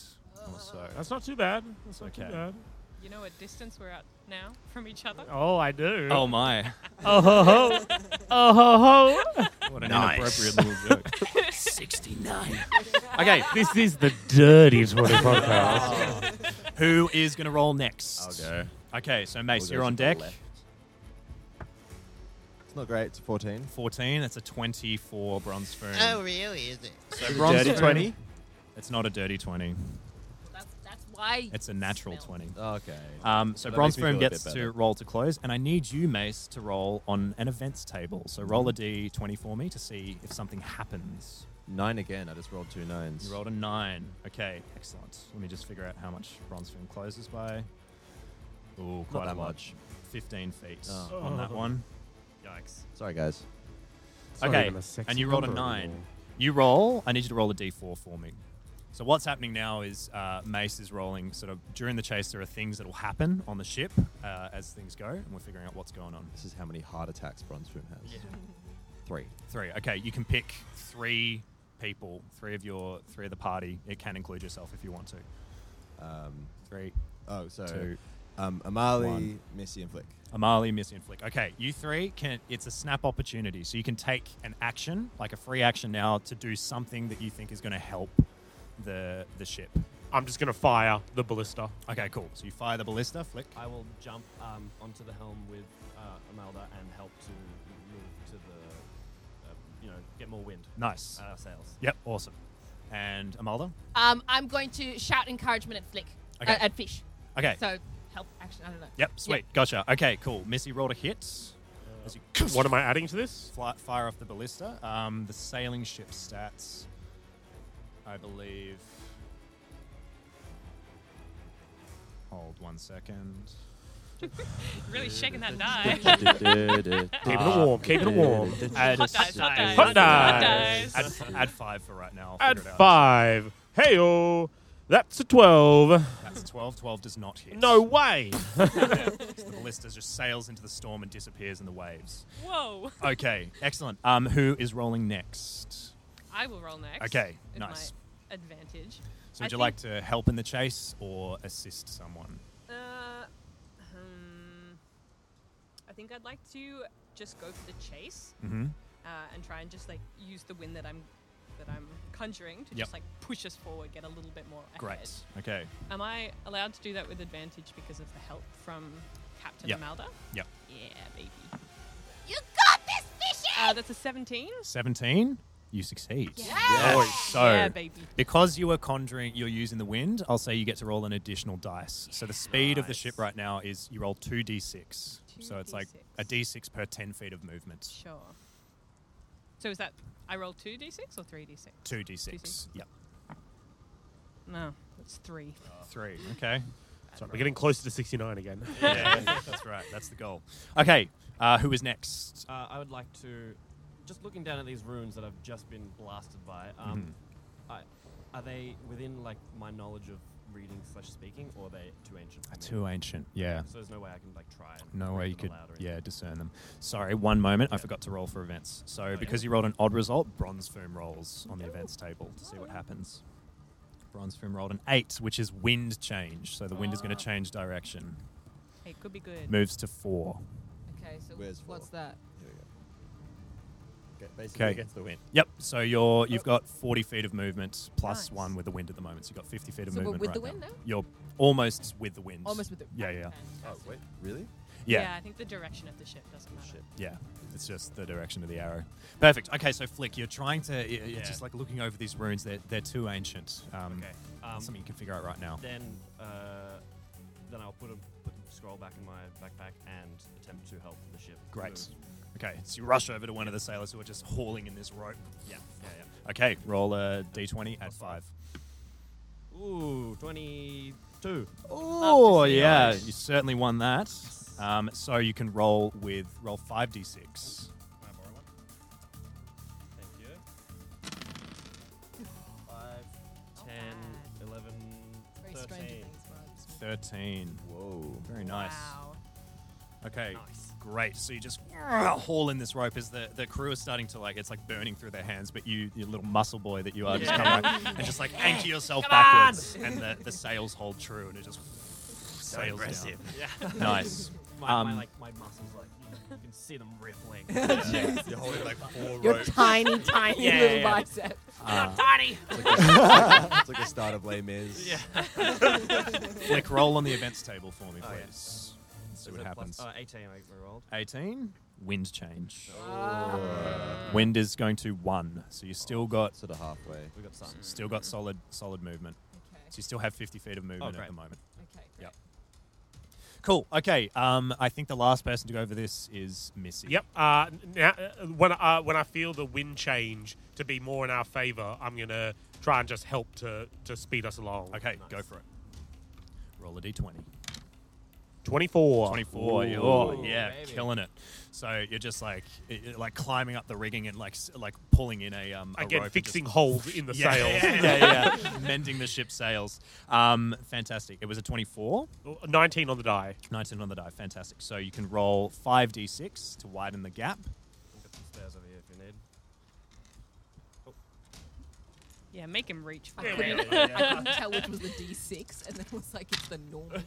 Speaker 1: or so.
Speaker 4: That's not too bad. Oh. That's not
Speaker 1: Okay.
Speaker 4: too bad.
Speaker 9: You know what distance we're at now from each other?
Speaker 4: Oh, I do.
Speaker 1: Oh my.
Speaker 4: Oh ho ho. Oh ho ho.
Speaker 1: What an
Speaker 6: Nice.
Speaker 1: inappropriate little joke.
Speaker 6: 69.
Speaker 1: Okay,
Speaker 4: This is the Dirty 20 podcast.
Speaker 1: Who is going to roll next?
Speaker 2: I'll go.
Speaker 1: Okay, so Mace,
Speaker 2: Oh. We'll go
Speaker 1: you're
Speaker 2: to
Speaker 1: on
Speaker 2: the
Speaker 1: deck.
Speaker 2: left. It's not great. It's 14.
Speaker 1: 14, that's a 24 Bronze Foam.
Speaker 17: Oh, really? Is it?
Speaker 1: So
Speaker 2: Is it
Speaker 1: bronze
Speaker 2: dirty
Speaker 1: foam-
Speaker 2: 20?
Speaker 1: It's not a dirty 20.
Speaker 3: that's that's why.
Speaker 1: It's a natural 20.
Speaker 2: Okay.
Speaker 1: Um, so
Speaker 2: That
Speaker 1: Bronze
Speaker 2: makes me
Speaker 1: Foam
Speaker 2: feel a bit
Speaker 1: gets to
Speaker 2: better.
Speaker 1: roll to close, and I need you, Mace, to roll on an events table. So roll a
Speaker 2: Mm-hmm.
Speaker 1: d20 for me to see if something happens.
Speaker 2: Nine again. I just rolled two nines.
Speaker 1: You rolled a 9. Okay, excellent. Let me just figure out how much Bronze Foam closes by. Oh, quite
Speaker 2: that
Speaker 1: a lot.
Speaker 2: much.
Speaker 1: 15 feet
Speaker 2: Oh.
Speaker 1: on that one.
Speaker 2: Yikes. Sorry, guys.
Speaker 1: Okay, and you rolled a nine. You roll. I need you to roll a d4 for me. So what's happening now is uh, Mace is rolling. Sort of during the chase, there are things that will happen on the ship uh, as things go, and we're figuring out what's going on.
Speaker 2: This is how many heart attacks Bronze Room has. Three.
Speaker 1: Three. Okay, you can pick three people, three of your, three of the party. It can include yourself if you want to.
Speaker 2: Um,
Speaker 1: Three.
Speaker 2: oh, so
Speaker 1: Two.
Speaker 2: um, Amali,
Speaker 1: One.
Speaker 2: Missy, and Flick.
Speaker 1: Amali, Missy, and Flick. Okay, you three can. It's a snap opportunity, so you can take an action, like a free action now, to do something that you think is going to help the the ship.
Speaker 4: I'm just going to fire the ballista.
Speaker 1: Okay, cool. So you fire the ballista, flick.
Speaker 8: I will jump um, onto the helm with uh, Amalda and help to move to the, uh, you know, get more wind.
Speaker 1: Nice.
Speaker 8: At our sails.
Speaker 1: Yep, awesome. And Amalda?
Speaker 3: Um, I'm going to shout encouragement at Flick.
Speaker 1: Okay.
Speaker 3: Uh, at Fish.
Speaker 1: Okay.
Speaker 3: So help action. I don't know.
Speaker 1: Yep, sweet. Gotcha. Okay, cool. Missy rolled a hit. As you-
Speaker 4: What am I adding to this?
Speaker 1: Fly, fire off the ballista. Um, the sailing ship stats, I believe. Hold one second.
Speaker 9: Really shaking that die.
Speaker 4: Keeping
Speaker 1: Uh,
Speaker 4: it warm, keeping it warm.
Speaker 1: Add,
Speaker 9: Hot dice, hot dice,
Speaker 4: Hot dice.
Speaker 1: Add, add five for right now. I'll
Speaker 4: Add
Speaker 1: figure it out.
Speaker 4: five. Hey, oh, that's a 12.
Speaker 1: That's 12. 12 does not hit.
Speaker 4: No way.
Speaker 1: Yeah, so the ballista just sails into the storm and disappears in the waves.
Speaker 9: Whoa.
Speaker 1: Okay, excellent. Um, who is rolling next?
Speaker 9: I will roll next.
Speaker 1: Okay,
Speaker 9: with
Speaker 1: nice.
Speaker 9: My advantage.
Speaker 1: So,
Speaker 9: I
Speaker 1: would you
Speaker 9: think-
Speaker 1: like to help in the chase or assist someone?
Speaker 9: Uh, hmm. I think I'd like to just go for the chase
Speaker 1: Mhm.
Speaker 9: uh, and try and just like use the wind that I'm that I'm conjuring to
Speaker 1: Yep.
Speaker 9: just like push us forward, get a little bit more ahead.
Speaker 1: Great. Okay.
Speaker 9: Am I allowed to do that with advantage because of the help from Captain
Speaker 1: Yep.
Speaker 9: Amalda?
Speaker 1: Yep.
Speaker 9: Yeah, baby.
Speaker 18: You got this, fishy!
Speaker 9: Uh, that's a 17.
Speaker 1: 17, you succeed.
Speaker 9: Yeah.
Speaker 1: Alright, So,
Speaker 9: Yeah, baby.
Speaker 1: because you are conjuring, you're using the wind, I'll say you get to roll an additional dice. So, the speed of the ship right now is you roll 2d6. so, it's like a d6 per 10 feet of movement.
Speaker 9: Sure. So is that I roll two d6 or three d6?
Speaker 1: 2d6. Yep.
Speaker 9: No, it's three.
Speaker 1: Three. Okay.
Speaker 4: Sorry, we're getting closer to 69 again.
Speaker 1: Yeah, that's right. That's the goal. Okay. Uh, who is next?
Speaker 8: Uh, I would like to, just looking down at these runes that I've just been blasted by. Um,
Speaker 1: Mm-hmm.
Speaker 8: I, are they within like my knowledge of reading slash speaking, or are they too ancient? for me?
Speaker 1: Too ancient. Yeah.
Speaker 8: So there's no way I can like try. And
Speaker 1: No
Speaker 8: read
Speaker 1: way you
Speaker 8: them
Speaker 1: could,
Speaker 8: aloud or anything?
Speaker 1: yeah, discern them. Sorry, one moment. I forgot to roll for events. So because you rolled an odd result, bronze foam rolls on the events table to see what happens. Bronze foam rolled an eight, which is wind change. So the wind is going to change direction.
Speaker 9: Hey, it could be good.
Speaker 1: Moves to four.
Speaker 3: Okay, so
Speaker 2: Where's four?
Speaker 3: what's that?
Speaker 2: Here we go. Okay, basically
Speaker 1: Okay.
Speaker 2: against the wind.
Speaker 1: Yep. So you're you've got 40 feet of movement plus one with the wind at the moment. So you've got 50 feet of
Speaker 3: So we're
Speaker 1: movement
Speaker 3: with
Speaker 1: right
Speaker 3: the wind
Speaker 1: now.
Speaker 3: now?
Speaker 1: You're almost with the wind.
Speaker 3: Almost with the-
Speaker 1: Yeah, yeah.
Speaker 2: Oh, wait, really?
Speaker 1: Yeah.
Speaker 9: I think the direction of the ship doesn't matter.
Speaker 1: Yeah, it's just the direction of the arrow. Perfect. Okay, so Flick, you're trying to. y- You're just like looking over these runes. They're, they're too ancient. Um,
Speaker 8: Okay,
Speaker 1: that's
Speaker 8: um,
Speaker 1: something you can figure out right now.
Speaker 8: Then, uh, then I'll put a put, scroll back in my backpack and attempt to help the ship.
Speaker 1: Great.
Speaker 8: move.
Speaker 1: Okay, so you rush over to one of the sailors who are just hauling in this rope.
Speaker 8: Yeah, yeah, yeah.
Speaker 1: Okay, roll a d20 at five.
Speaker 8: Ooh, 22.
Speaker 1: Oh yeah, you certainly won that. Um, so you can roll with roll five d6.
Speaker 8: Can I borrow one? Thank you. 5, 10, 11,
Speaker 6: Very Stranger
Speaker 8: 13.
Speaker 6: Things vibes.
Speaker 1: Thirteen. Whoa. Very nice.
Speaker 9: Wow.
Speaker 1: Okay. Great. So you just haul in this rope as the, the crew is starting to like it's like burning through their hands, but you you little muscle boy that you are just come
Speaker 9: Yeah.
Speaker 1: like, and just like anchor yourself
Speaker 9: Come
Speaker 1: backwards,
Speaker 9: on!
Speaker 1: and the, the sails hold true, and it just sails
Speaker 5: impressive.
Speaker 1: down.
Speaker 8: Yeah.
Speaker 1: nice.
Speaker 8: My, my,
Speaker 1: Um,
Speaker 8: like, my muscles, like, you can see them rippling.
Speaker 2: Jeez. You're holding, like, four
Speaker 3: Your
Speaker 2: ropes.
Speaker 3: tiny, tiny
Speaker 8: Yeah,
Speaker 3: little
Speaker 8: yeah, yeah.
Speaker 3: bicep.
Speaker 1: Ah.
Speaker 9: Tiny!
Speaker 2: It's like, a, it's like a start of Les Mis.
Speaker 8: Yeah.
Speaker 1: flick roll on the events table for me,
Speaker 8: Oh, yeah.
Speaker 1: please. Let's see
Speaker 8: Is
Speaker 1: what
Speaker 8: it
Speaker 1: happens.
Speaker 8: Plus, uh, 18 I rolled. Oh.
Speaker 1: 18. Wind change. Uh, Wind is going to one, so you still got
Speaker 2: Sort of halfway.
Speaker 8: We got sun.
Speaker 1: still got solid solid movement. So you still have 50 feet of
Speaker 2: Oh,
Speaker 1: movement
Speaker 8: Oh,
Speaker 1: at
Speaker 8: great.
Speaker 1: the moment.
Speaker 3: Okay,
Speaker 1: Yep. Cool. Okay. Um, I think the last person to go over this is Missy.
Speaker 4: Yep. Uh, now, uh, when uh, when I feel the wind change to be more in our favor, I'm gonna try and just help to to speed us along.
Speaker 1: Okay, go for it. Roll a d20.
Speaker 4: Twenty four.
Speaker 1: 24. you- Oh, yeah, killing it. So you're just like y- y- like climbing up the rigging and like s- like pulling in a um. a
Speaker 4: Again,
Speaker 1: rope and
Speaker 4: fixing
Speaker 1: just-
Speaker 4: holes in the
Speaker 1: yeah,
Speaker 4: sails.
Speaker 1: Yeah, yeah, yeah. mending the ship's sails. Um, fantastic. It was a 24.
Speaker 4: Nineteen on the die.
Speaker 1: 19 on the die. Fantastic. So you can roll 5d6 to widen the gap.
Speaker 8: We've got some spares over here if you need.
Speaker 9: Yeah, make him reach for
Speaker 3: I
Speaker 9: it.
Speaker 3: couldn't, I couldn't tell which was the D6, and then it was like, it's the normal.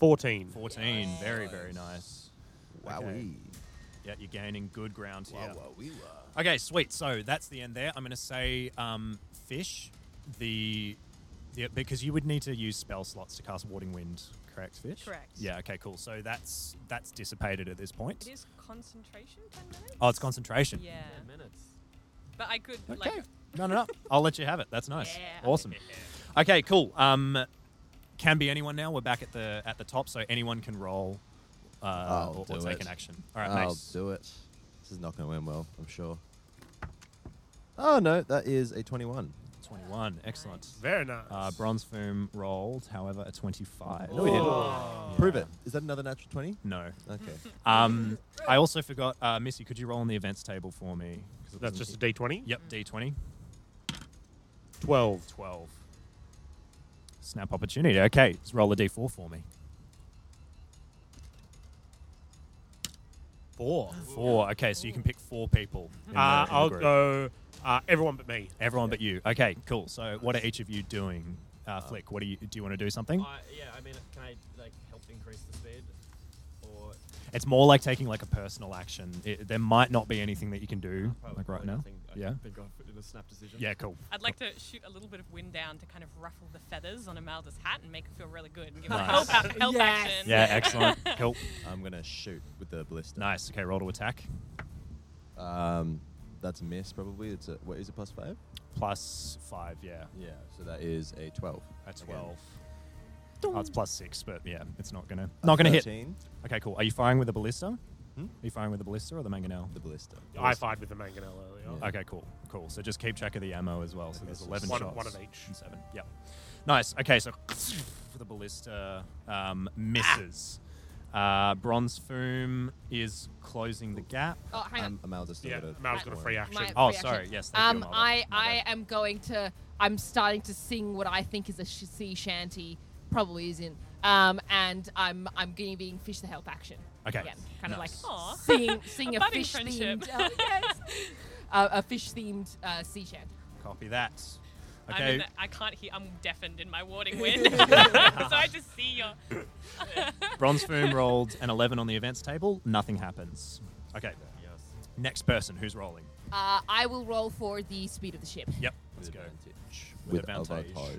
Speaker 4: Fourteen.
Speaker 1: 14. Very, very nice.
Speaker 2: Wowee.
Speaker 1: Yeah, you're gaining good ground here.
Speaker 2: Wow, wow, we were.
Speaker 1: Okay, sweet. So that's the end there. I'm going to say um, fish. the, the because you would need to use spell slots to cast Warding Wind, correct, Fish?
Speaker 9: Correct.
Speaker 1: Yeah. Okay. Cool. So that's that's dissipated at this point.
Speaker 9: It is concentration, 10 minutes?
Speaker 1: Oh, it's concentration.
Speaker 9: Yeah.
Speaker 8: minutes.
Speaker 9: But I could,
Speaker 1: Okay.
Speaker 9: like,
Speaker 1: No, no, no. I'll let you have it. That's nice.
Speaker 9: Yeah.
Speaker 1: Awesome. Okay, cool. Um, can be anyone now. We're back at the at the top, so anyone can roll uh, or, or take an action. All right,
Speaker 2: I'll
Speaker 1: nice.
Speaker 2: do it. This is not going to end well, I'm sure. Oh no, that is a twenty-one.
Speaker 1: Twenty-one, excellent.
Speaker 4: Very nice.
Speaker 1: Uh, Bronze Foom rolled, however, a twenty-five.
Speaker 2: No, he didn't. Oh,
Speaker 4: Oh.
Speaker 2: Prove it. Is that another natural twenty?
Speaker 1: No.
Speaker 2: Okay.
Speaker 1: Um, I also forgot, uh, Missy. Could you roll on the events table for me? 'Cause it
Speaker 4: That's
Speaker 1: wasn't-
Speaker 4: just a D20?
Speaker 1: Yep, D20.
Speaker 4: 12.
Speaker 1: 12. Snap opportunity. Okay, let's roll a D4 for me. Four. Four. Okay, so you can pick four people. in the-
Speaker 4: Uh,
Speaker 1: in the
Speaker 4: I'll
Speaker 1: group.
Speaker 4: go uh, everyone but me.
Speaker 1: Everyone but you. Okay, cool. So, what are each of you doing? Uh, Flick, what do you do? You want to do something?
Speaker 8: Uh, yeah, I mean, can I like help increase the speed? Or
Speaker 1: It's more like taking like a personal action. It, there might not be anything that you can do
Speaker 8: Probably-
Speaker 1: like right
Speaker 8: probably
Speaker 1: now.
Speaker 8: nothing. I
Speaker 1: Yeah.
Speaker 8: think I'll put in a snap decision.
Speaker 1: Yeah. Cool.
Speaker 9: I'd like to shoot a little bit of wind down to kind of ruffle the feathers on Amalda's hat and make her feel really good and give her
Speaker 1: Nice.
Speaker 9: help, out, help
Speaker 1: Yes.
Speaker 9: action.
Speaker 1: Yeah, excellent. Cool.
Speaker 2: I'm gonna shoot with the blister.
Speaker 1: Nice. Okay. Roll to attack.
Speaker 2: Um, that's a miss probably. It's a what is it plus five?
Speaker 1: Plus five. Yeah.
Speaker 2: Yeah. So that is a twelve.
Speaker 1: A
Speaker 2: Again.
Speaker 1: twelve. Oh, it's plus six, but yeah, it's not gonna not gonna hit.
Speaker 2: 13.
Speaker 1: Okay. Cool. Are you firing with the ballista? Are you firing with the ballista or the mangonel?
Speaker 2: The ballista.
Speaker 4: I fired with the mangonel earlier. on.
Speaker 1: Okay, cool, cool. So just keep track of the ammo as well. So there's
Speaker 4: so
Speaker 1: 11
Speaker 4: one-
Speaker 1: shots.
Speaker 4: one of each.
Speaker 1: and Seven. Yep. Nice. Okay, so for the ballista um, misses. Uh, Bronze Foom is closing the gap.
Speaker 3: Oh, hang on.
Speaker 2: Um, Amalda's still
Speaker 4: Yeah,
Speaker 2: got a.
Speaker 4: Amalda's got a free action.
Speaker 3: My
Speaker 1: Oh,
Speaker 3: reaction.
Speaker 1: sorry. Yes. Thank you,
Speaker 3: Um,
Speaker 1: Amalda.
Speaker 3: I,
Speaker 1: My
Speaker 3: I
Speaker 1: bad.
Speaker 3: am going to. I'm starting to sing what I think is a sh- sea shanty, probably isn't. Um, and I'm I'm going being fish the help action.
Speaker 1: Okay.
Speaker 3: Again, kind of
Speaker 1: Nice.
Speaker 9: Aw.
Speaker 3: like singing sing
Speaker 9: A
Speaker 3: a,
Speaker 9: budding
Speaker 3: fish themed
Speaker 9: friendship.
Speaker 3: uh, yes, uh, a fish themed uh, sea shanty.
Speaker 1: Copy that.
Speaker 9: I'm in
Speaker 1: Okay.
Speaker 9: the- I can't hear. I'm deafened in my warding wind, so I just see your.
Speaker 1: Bronze Foom rolled an 11 on the events table. Nothing happens. Okay.
Speaker 8: Yes.
Speaker 1: Next person. Who's rolling?
Speaker 3: Uh, I will roll for the speed of the ship
Speaker 1: Yep. Let's go.
Speaker 2: advantage.
Speaker 1: With
Speaker 2: With
Speaker 1: advantage.
Speaker 2: advantage.
Speaker 3: with advantage.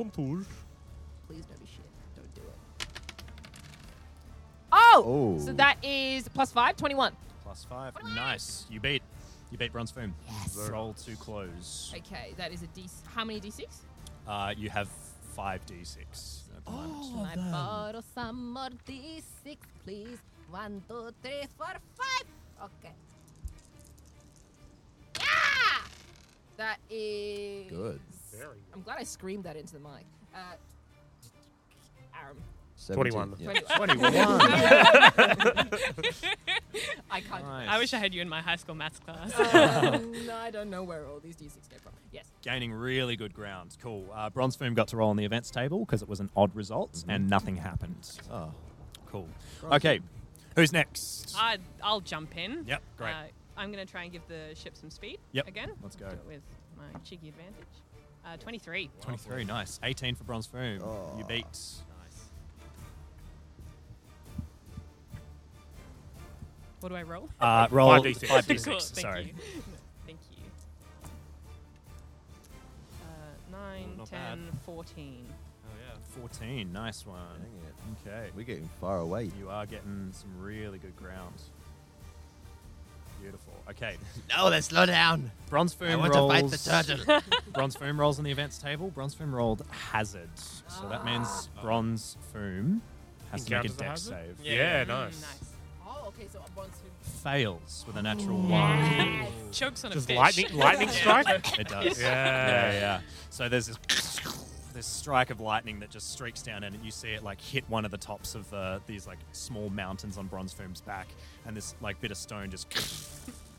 Speaker 4: Advantage.
Speaker 3: Please don't be shit. Don't do it. Oh,
Speaker 2: Oh.
Speaker 3: so that is plus five, 21.
Speaker 1: Plus five. Nice. You beat. You beat Bronze Foom. Yes. Roll to close.
Speaker 3: Okay, that is a D. How many D6?
Speaker 1: Uh, you have five d6 at
Speaker 3: Oh,
Speaker 1: the moment.
Speaker 3: Can I borrow some more D6, please? One, two, three, four, five. Okay. Yeah! That is.
Speaker 2: Good.
Speaker 4: Very
Speaker 3: I'm glad I screamed that into the mic. Uh, Aram.
Speaker 2: 17,
Speaker 4: 21.
Speaker 2: yeah.
Speaker 3: 21. I can't.
Speaker 9: I wish I had you in my high school maths class.
Speaker 3: Um, I don't know where all these D6 came from. Yes.
Speaker 1: Gaining really good ground. Cool. Uh, Bronze Foom got to roll on the events table because it was an odd result and nothing happened.
Speaker 2: Oh.
Speaker 1: Cool. Okay. Who's next?
Speaker 9: I, I'll jump in.
Speaker 1: Yep, great.
Speaker 9: Uh, I'm going to try and give the ship some speed
Speaker 1: Yep,
Speaker 9: again.
Speaker 1: let's go.
Speaker 9: Do it with my cheeky advantage. Uh, 23.
Speaker 1: 23. Nice. 18 for Bronze Foom. You beat.
Speaker 9: What do I roll?
Speaker 1: Uh, roll
Speaker 4: 5d6.
Speaker 1: 5d6,
Speaker 9: Cool, thank
Speaker 1: sorry.
Speaker 9: You. Thank you. Uh, 9,
Speaker 8: not
Speaker 9: 10,
Speaker 8: bad.
Speaker 9: 14.
Speaker 8: Oh yeah.
Speaker 1: 14. Nice one.
Speaker 2: Dang it.
Speaker 1: Okay.
Speaker 2: We're getting far away.
Speaker 1: You are getting some really good ground. Beautiful. Okay.
Speaker 6: No, let's slow down.
Speaker 1: Bronze Foom
Speaker 6: I want
Speaker 1: rolls.
Speaker 6: to fight the turtle.
Speaker 1: Bronze Foom rolls on the events table. Bronze Foom rolled hazard. So that means
Speaker 6: Ah.
Speaker 1: Bronze Foom has to make a
Speaker 4: Encounters the
Speaker 1: deck
Speaker 4: hazard?
Speaker 1: save.
Speaker 4: Yeah, Mm, nice.
Speaker 3: Oh, okay, so one, two.
Speaker 1: Fails with a natural one.
Speaker 9: Chokes on
Speaker 4: Just
Speaker 9: a fish.
Speaker 4: lightning, lightning strike.
Speaker 1: It does.
Speaker 4: Yeah.
Speaker 1: Yeah, yeah. So there's this, this strike of lightning that just streaks down and you see it like hit one of the tops of uh, these like small mountains on Bronze Foom's back and this like bit of stone just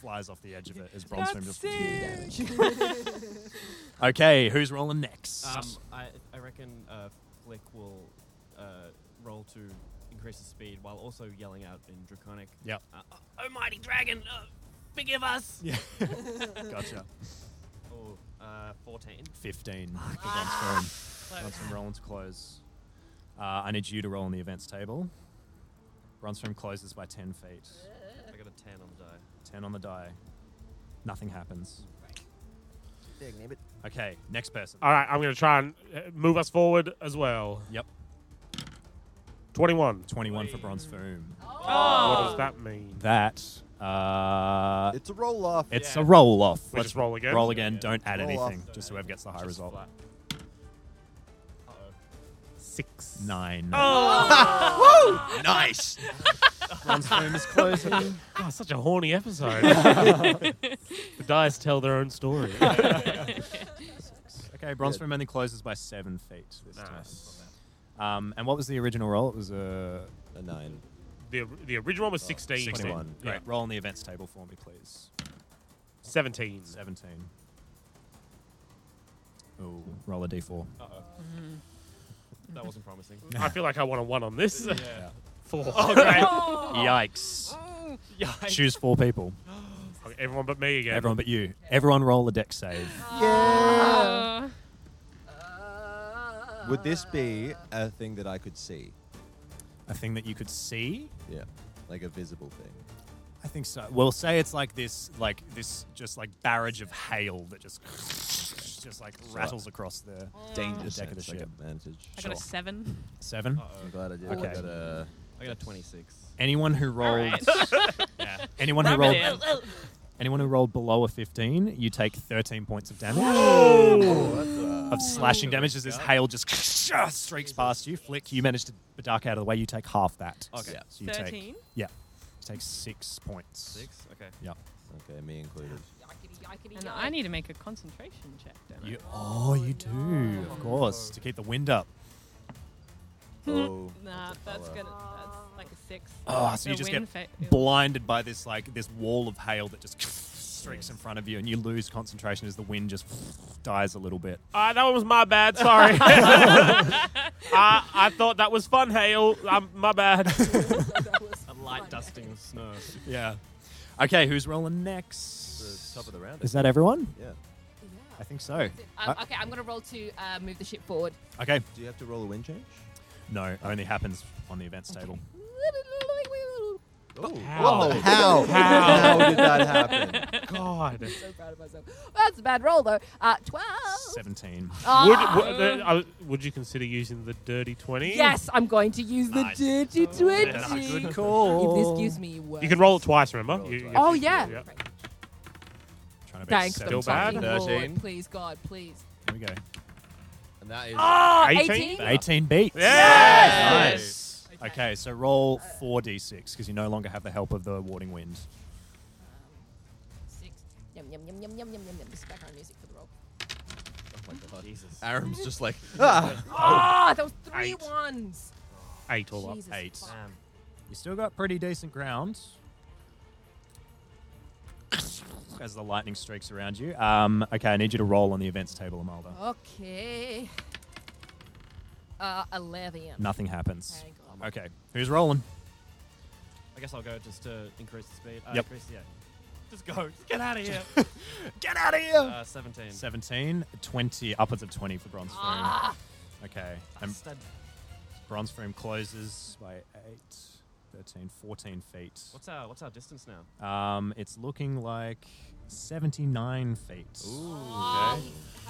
Speaker 1: flies off the edge of it as Bronze Foom just Okay, who's rolling next?
Speaker 8: Um, I, I reckon uh, Flick will uh, roll to increase the speed while also yelling out in Draconic.
Speaker 1: Yep.
Speaker 8: Uh, oh,
Speaker 5: Oh, mighty dragon, uh, forgive us.
Speaker 1: yeah. gotcha.
Speaker 8: oh, uh, 14.
Speaker 1: 15
Speaker 4: Ah.
Speaker 1: for Bronze Foom. Bronze Foom rolling to close. Uh, I need you to roll on the events table. Bronze Foom closes by 10 feet.
Speaker 8: I got a 10 on the die.
Speaker 1: 10 on the die. Nothing happens.
Speaker 2: Dang, name it.
Speaker 1: Okay, next person.
Speaker 4: All right, I'm going to try and uh, move us forward as well.
Speaker 1: Yep.
Speaker 4: 21.
Speaker 1: 21 for Bronze Foom.
Speaker 4: What does that mean?
Speaker 1: That. Uh,
Speaker 2: It's a roll-off.
Speaker 1: It's
Speaker 2: Yeah.
Speaker 1: a roll off.
Speaker 4: We just roll again?
Speaker 1: Roll again. Don't add
Speaker 2: Roll off.
Speaker 1: anything. Just whoever gets the high result.
Speaker 4: Six.
Speaker 1: Nine.
Speaker 4: Oh!
Speaker 1: Woo! Nice.
Speaker 4: Bronze Foom is closing. God, such a horny episode. the dice tell their own story.
Speaker 1: Okay, Bronze Foom only closes by seven feet this time. Um, and what was the original roll? It was a,
Speaker 2: Uh, a nine.
Speaker 4: The, the original one was 16.
Speaker 1: 21.
Speaker 4: Yeah.
Speaker 1: Great. Roll on the events table for me, please.
Speaker 4: 17.
Speaker 1: 17. Oh, roll a d4.
Speaker 6: Mm-hmm.
Speaker 8: That wasn't promising.
Speaker 4: I feel like I want a one on this.
Speaker 8: Yeah.
Speaker 4: Four.
Speaker 8: Oh,
Speaker 4: Okay.
Speaker 1: Yikes. Choose four people.
Speaker 4: Okay, everyone but me again.
Speaker 1: Everyone but you. Everyone roll a deck save.
Speaker 2: Yeah. Would this be a thing that I could see?
Speaker 1: A thing that you could see?
Speaker 2: Yeah, like a visible thing.
Speaker 1: I think so. Well, say it's like this, like this, just like barrage of hail that just, just like rattles across the, the
Speaker 2: Dangerous
Speaker 1: deck of the
Speaker 2: sense, like
Speaker 1: ship.
Speaker 2: advantage.
Speaker 9: I got a seven.
Speaker 1: Seven.
Speaker 2: I'm glad I did.
Speaker 1: Okay.
Speaker 2: I got a.
Speaker 8: I got a 26.
Speaker 1: Anyone who rolled,
Speaker 9: right.
Speaker 1: Yeah. anyone who
Speaker 9: Rub
Speaker 1: rolled,
Speaker 9: it in.
Speaker 1: anyone who rolled below a fifteen, you take thirteen points of damage. Of slashing damage as this hail just streaks past you. Flick, you manage to duck out of the way. You take half that.
Speaker 8: Okay. Yeah.
Speaker 1: So you take-
Speaker 9: 13?
Speaker 1: yeah. You take six points.
Speaker 8: Six? Okay.
Speaker 1: Yep.
Speaker 2: Okay, me included.
Speaker 9: And I need to make a concentration check, don't I?
Speaker 1: You, oh, you do, of course, to keep the wind up.
Speaker 2: Oh.
Speaker 9: Nah, that's gonna. That's like a six.
Speaker 1: Oh, so
Speaker 9: The
Speaker 1: you just
Speaker 9: wind
Speaker 1: get
Speaker 9: fa-
Speaker 1: blinded by this like this wall of hail that just streaks in front of you, and you lose concentration as the wind just dies a little bit.
Speaker 4: Uh, that one was my bad. Sorry. uh, I thought that was fun, Hale. Um, my bad.
Speaker 8: A light dusting of snow.
Speaker 1: Yeah. Okay, who's rolling next?
Speaker 2: The top of the round, I
Speaker 1: Is that everyone?
Speaker 2: Yeah.
Speaker 1: I think so.
Speaker 3: Um,
Speaker 1: Uh,
Speaker 3: okay, I'm going to roll to uh, move the ship forward.
Speaker 1: okay.
Speaker 2: Do you have to roll a wind change?
Speaker 1: No, it only happens on the events table.
Speaker 2: Oh.
Speaker 4: How?
Speaker 2: What the- How?
Speaker 4: How?
Speaker 2: How did that happen?
Speaker 4: God.
Speaker 3: so proud of myself. That's a bad roll, though. Uh, 12.
Speaker 1: Seventeen.
Speaker 4: Would,
Speaker 3: Ah.
Speaker 4: would, the, I was- would you consider using the dirty 20?
Speaker 3: Yes, I'm going to use
Speaker 1: Nice.
Speaker 3: the dirty 20.
Speaker 1: that's a good
Speaker 3: If
Speaker 1: call.
Speaker 3: this gives me work.
Speaker 4: You can roll it twice, remember?
Speaker 2: Roll it
Speaker 4: You-
Speaker 2: twice.
Speaker 4: you-
Speaker 3: Oh, yeah.
Speaker 1: Trying to beat
Speaker 3: Thanks,
Speaker 1: seven.
Speaker 3: the
Speaker 4: Still bad?
Speaker 3: fucking Lord.
Speaker 2: 13.
Speaker 3: Please, God, please.
Speaker 1: Here we go.
Speaker 2: And that is.
Speaker 3: Ah,
Speaker 4: 18?
Speaker 3: 18?
Speaker 1: Eighteen beats.
Speaker 4: Yes!
Speaker 1: Nice. Okay, so roll four d6 because you no longer have the help of the warding wind.
Speaker 3: Six. Yum, yum, yum, yum, yum, yum, yum, yum. This is background music for the roll.
Speaker 8: Oh, Jesus.
Speaker 2: Aram's just like. Ah.
Speaker 3: Ah, that was three
Speaker 4: Eight.
Speaker 3: ones.
Speaker 4: Eight all up.
Speaker 3: Jesus
Speaker 1: Eight.
Speaker 3: fuck.
Speaker 8: Damn.
Speaker 1: You still got pretty decent ground. As the lightning streaks around you. Um, okay, I need you to roll on the events table, Amalda.
Speaker 3: Okay. Uh, 11.
Speaker 1: Nothing happens.
Speaker 3: Thank God.
Speaker 1: Okay, who's rolling?
Speaker 8: I guess I'll go just to increase the speed. Uh,
Speaker 1: Yep.
Speaker 8: Increase, yeah. Just go. Just get out of here.
Speaker 1: Get out of here!
Speaker 8: uh, 17.
Speaker 1: 17, 20, upwards of 20 for Bronze Foom.
Speaker 3: Ah.
Speaker 1: Okay, and
Speaker 8: Stud-
Speaker 1: Bronze Foom closes by 8, 13, 14 feet.
Speaker 8: What's our What's our distance now?
Speaker 1: Um, it's looking like 79 feet.
Speaker 2: Ooh.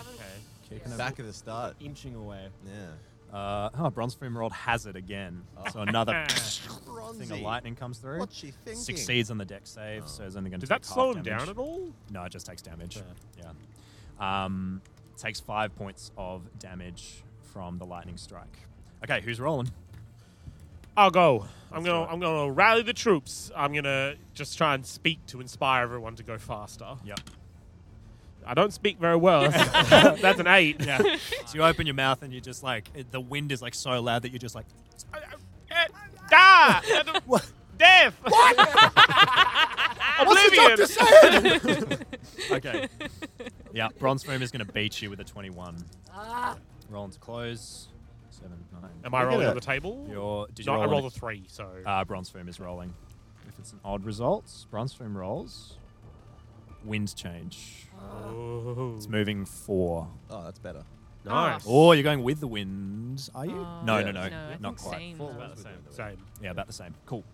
Speaker 8: Okay.
Speaker 1: Kicking a-
Speaker 2: Back at the start.
Speaker 8: Inching away.
Speaker 2: Yeah.
Speaker 1: Uh, oh, Bronze Foom rolled hazard again. So another thing of
Speaker 2: Bronzy.
Speaker 1: lightning comes through.
Speaker 2: What's she thinking?
Speaker 1: Succeeds on the deck save, so it's only going to
Speaker 4: Does
Speaker 1: take
Speaker 4: that slow him
Speaker 1: half
Speaker 4: down
Speaker 1: damage.
Speaker 4: at all?
Speaker 1: No, it just takes damage. Yeah. Um, takes five points of damage from the lightning strike. Okay, who's rolling?
Speaker 4: I'll go. I'm
Speaker 1: Let's
Speaker 4: gonna
Speaker 1: do it.
Speaker 4: I'm gonna rally the troops. I'm gonna just try and speak to inspire everyone to go faster.
Speaker 1: Yep.
Speaker 4: I don't speak very well. That's, that's an eight.
Speaker 1: Yeah. so you open your mouth and you just like it- the wind is like so loud that you're just like
Speaker 4: Ah! Deaf. What? Oblivion.
Speaker 1: okay. yeah, Bronze Foam is going to beat you with a 21.
Speaker 3: Ah.
Speaker 1: Rolling to close. Seven, nine.
Speaker 4: Am I
Speaker 2: Look at
Speaker 4: rolling
Speaker 2: it.
Speaker 4: on the table?
Speaker 1: Your, did you
Speaker 4: no,
Speaker 1: roll
Speaker 4: I
Speaker 1: an-
Speaker 4: rolled a three. So
Speaker 1: Uh, bronze foam is rolling. If it's an odd result, bronze foam rolls. Wind change.
Speaker 4: Ooh.
Speaker 1: It's moving four.
Speaker 2: Oh, that's better.
Speaker 4: Oh. nice.
Speaker 1: Oh, you're going with the wind,
Speaker 3: Oh,
Speaker 1: are you? no,
Speaker 4: Oh,
Speaker 2: Yeah.
Speaker 1: no, no,
Speaker 9: No, I
Speaker 1: not
Speaker 9: think
Speaker 1: quite.
Speaker 9: same.
Speaker 8: Four
Speaker 9: though.
Speaker 8: about the same.
Speaker 4: Same.
Speaker 1: Yeah, about the same. Cool.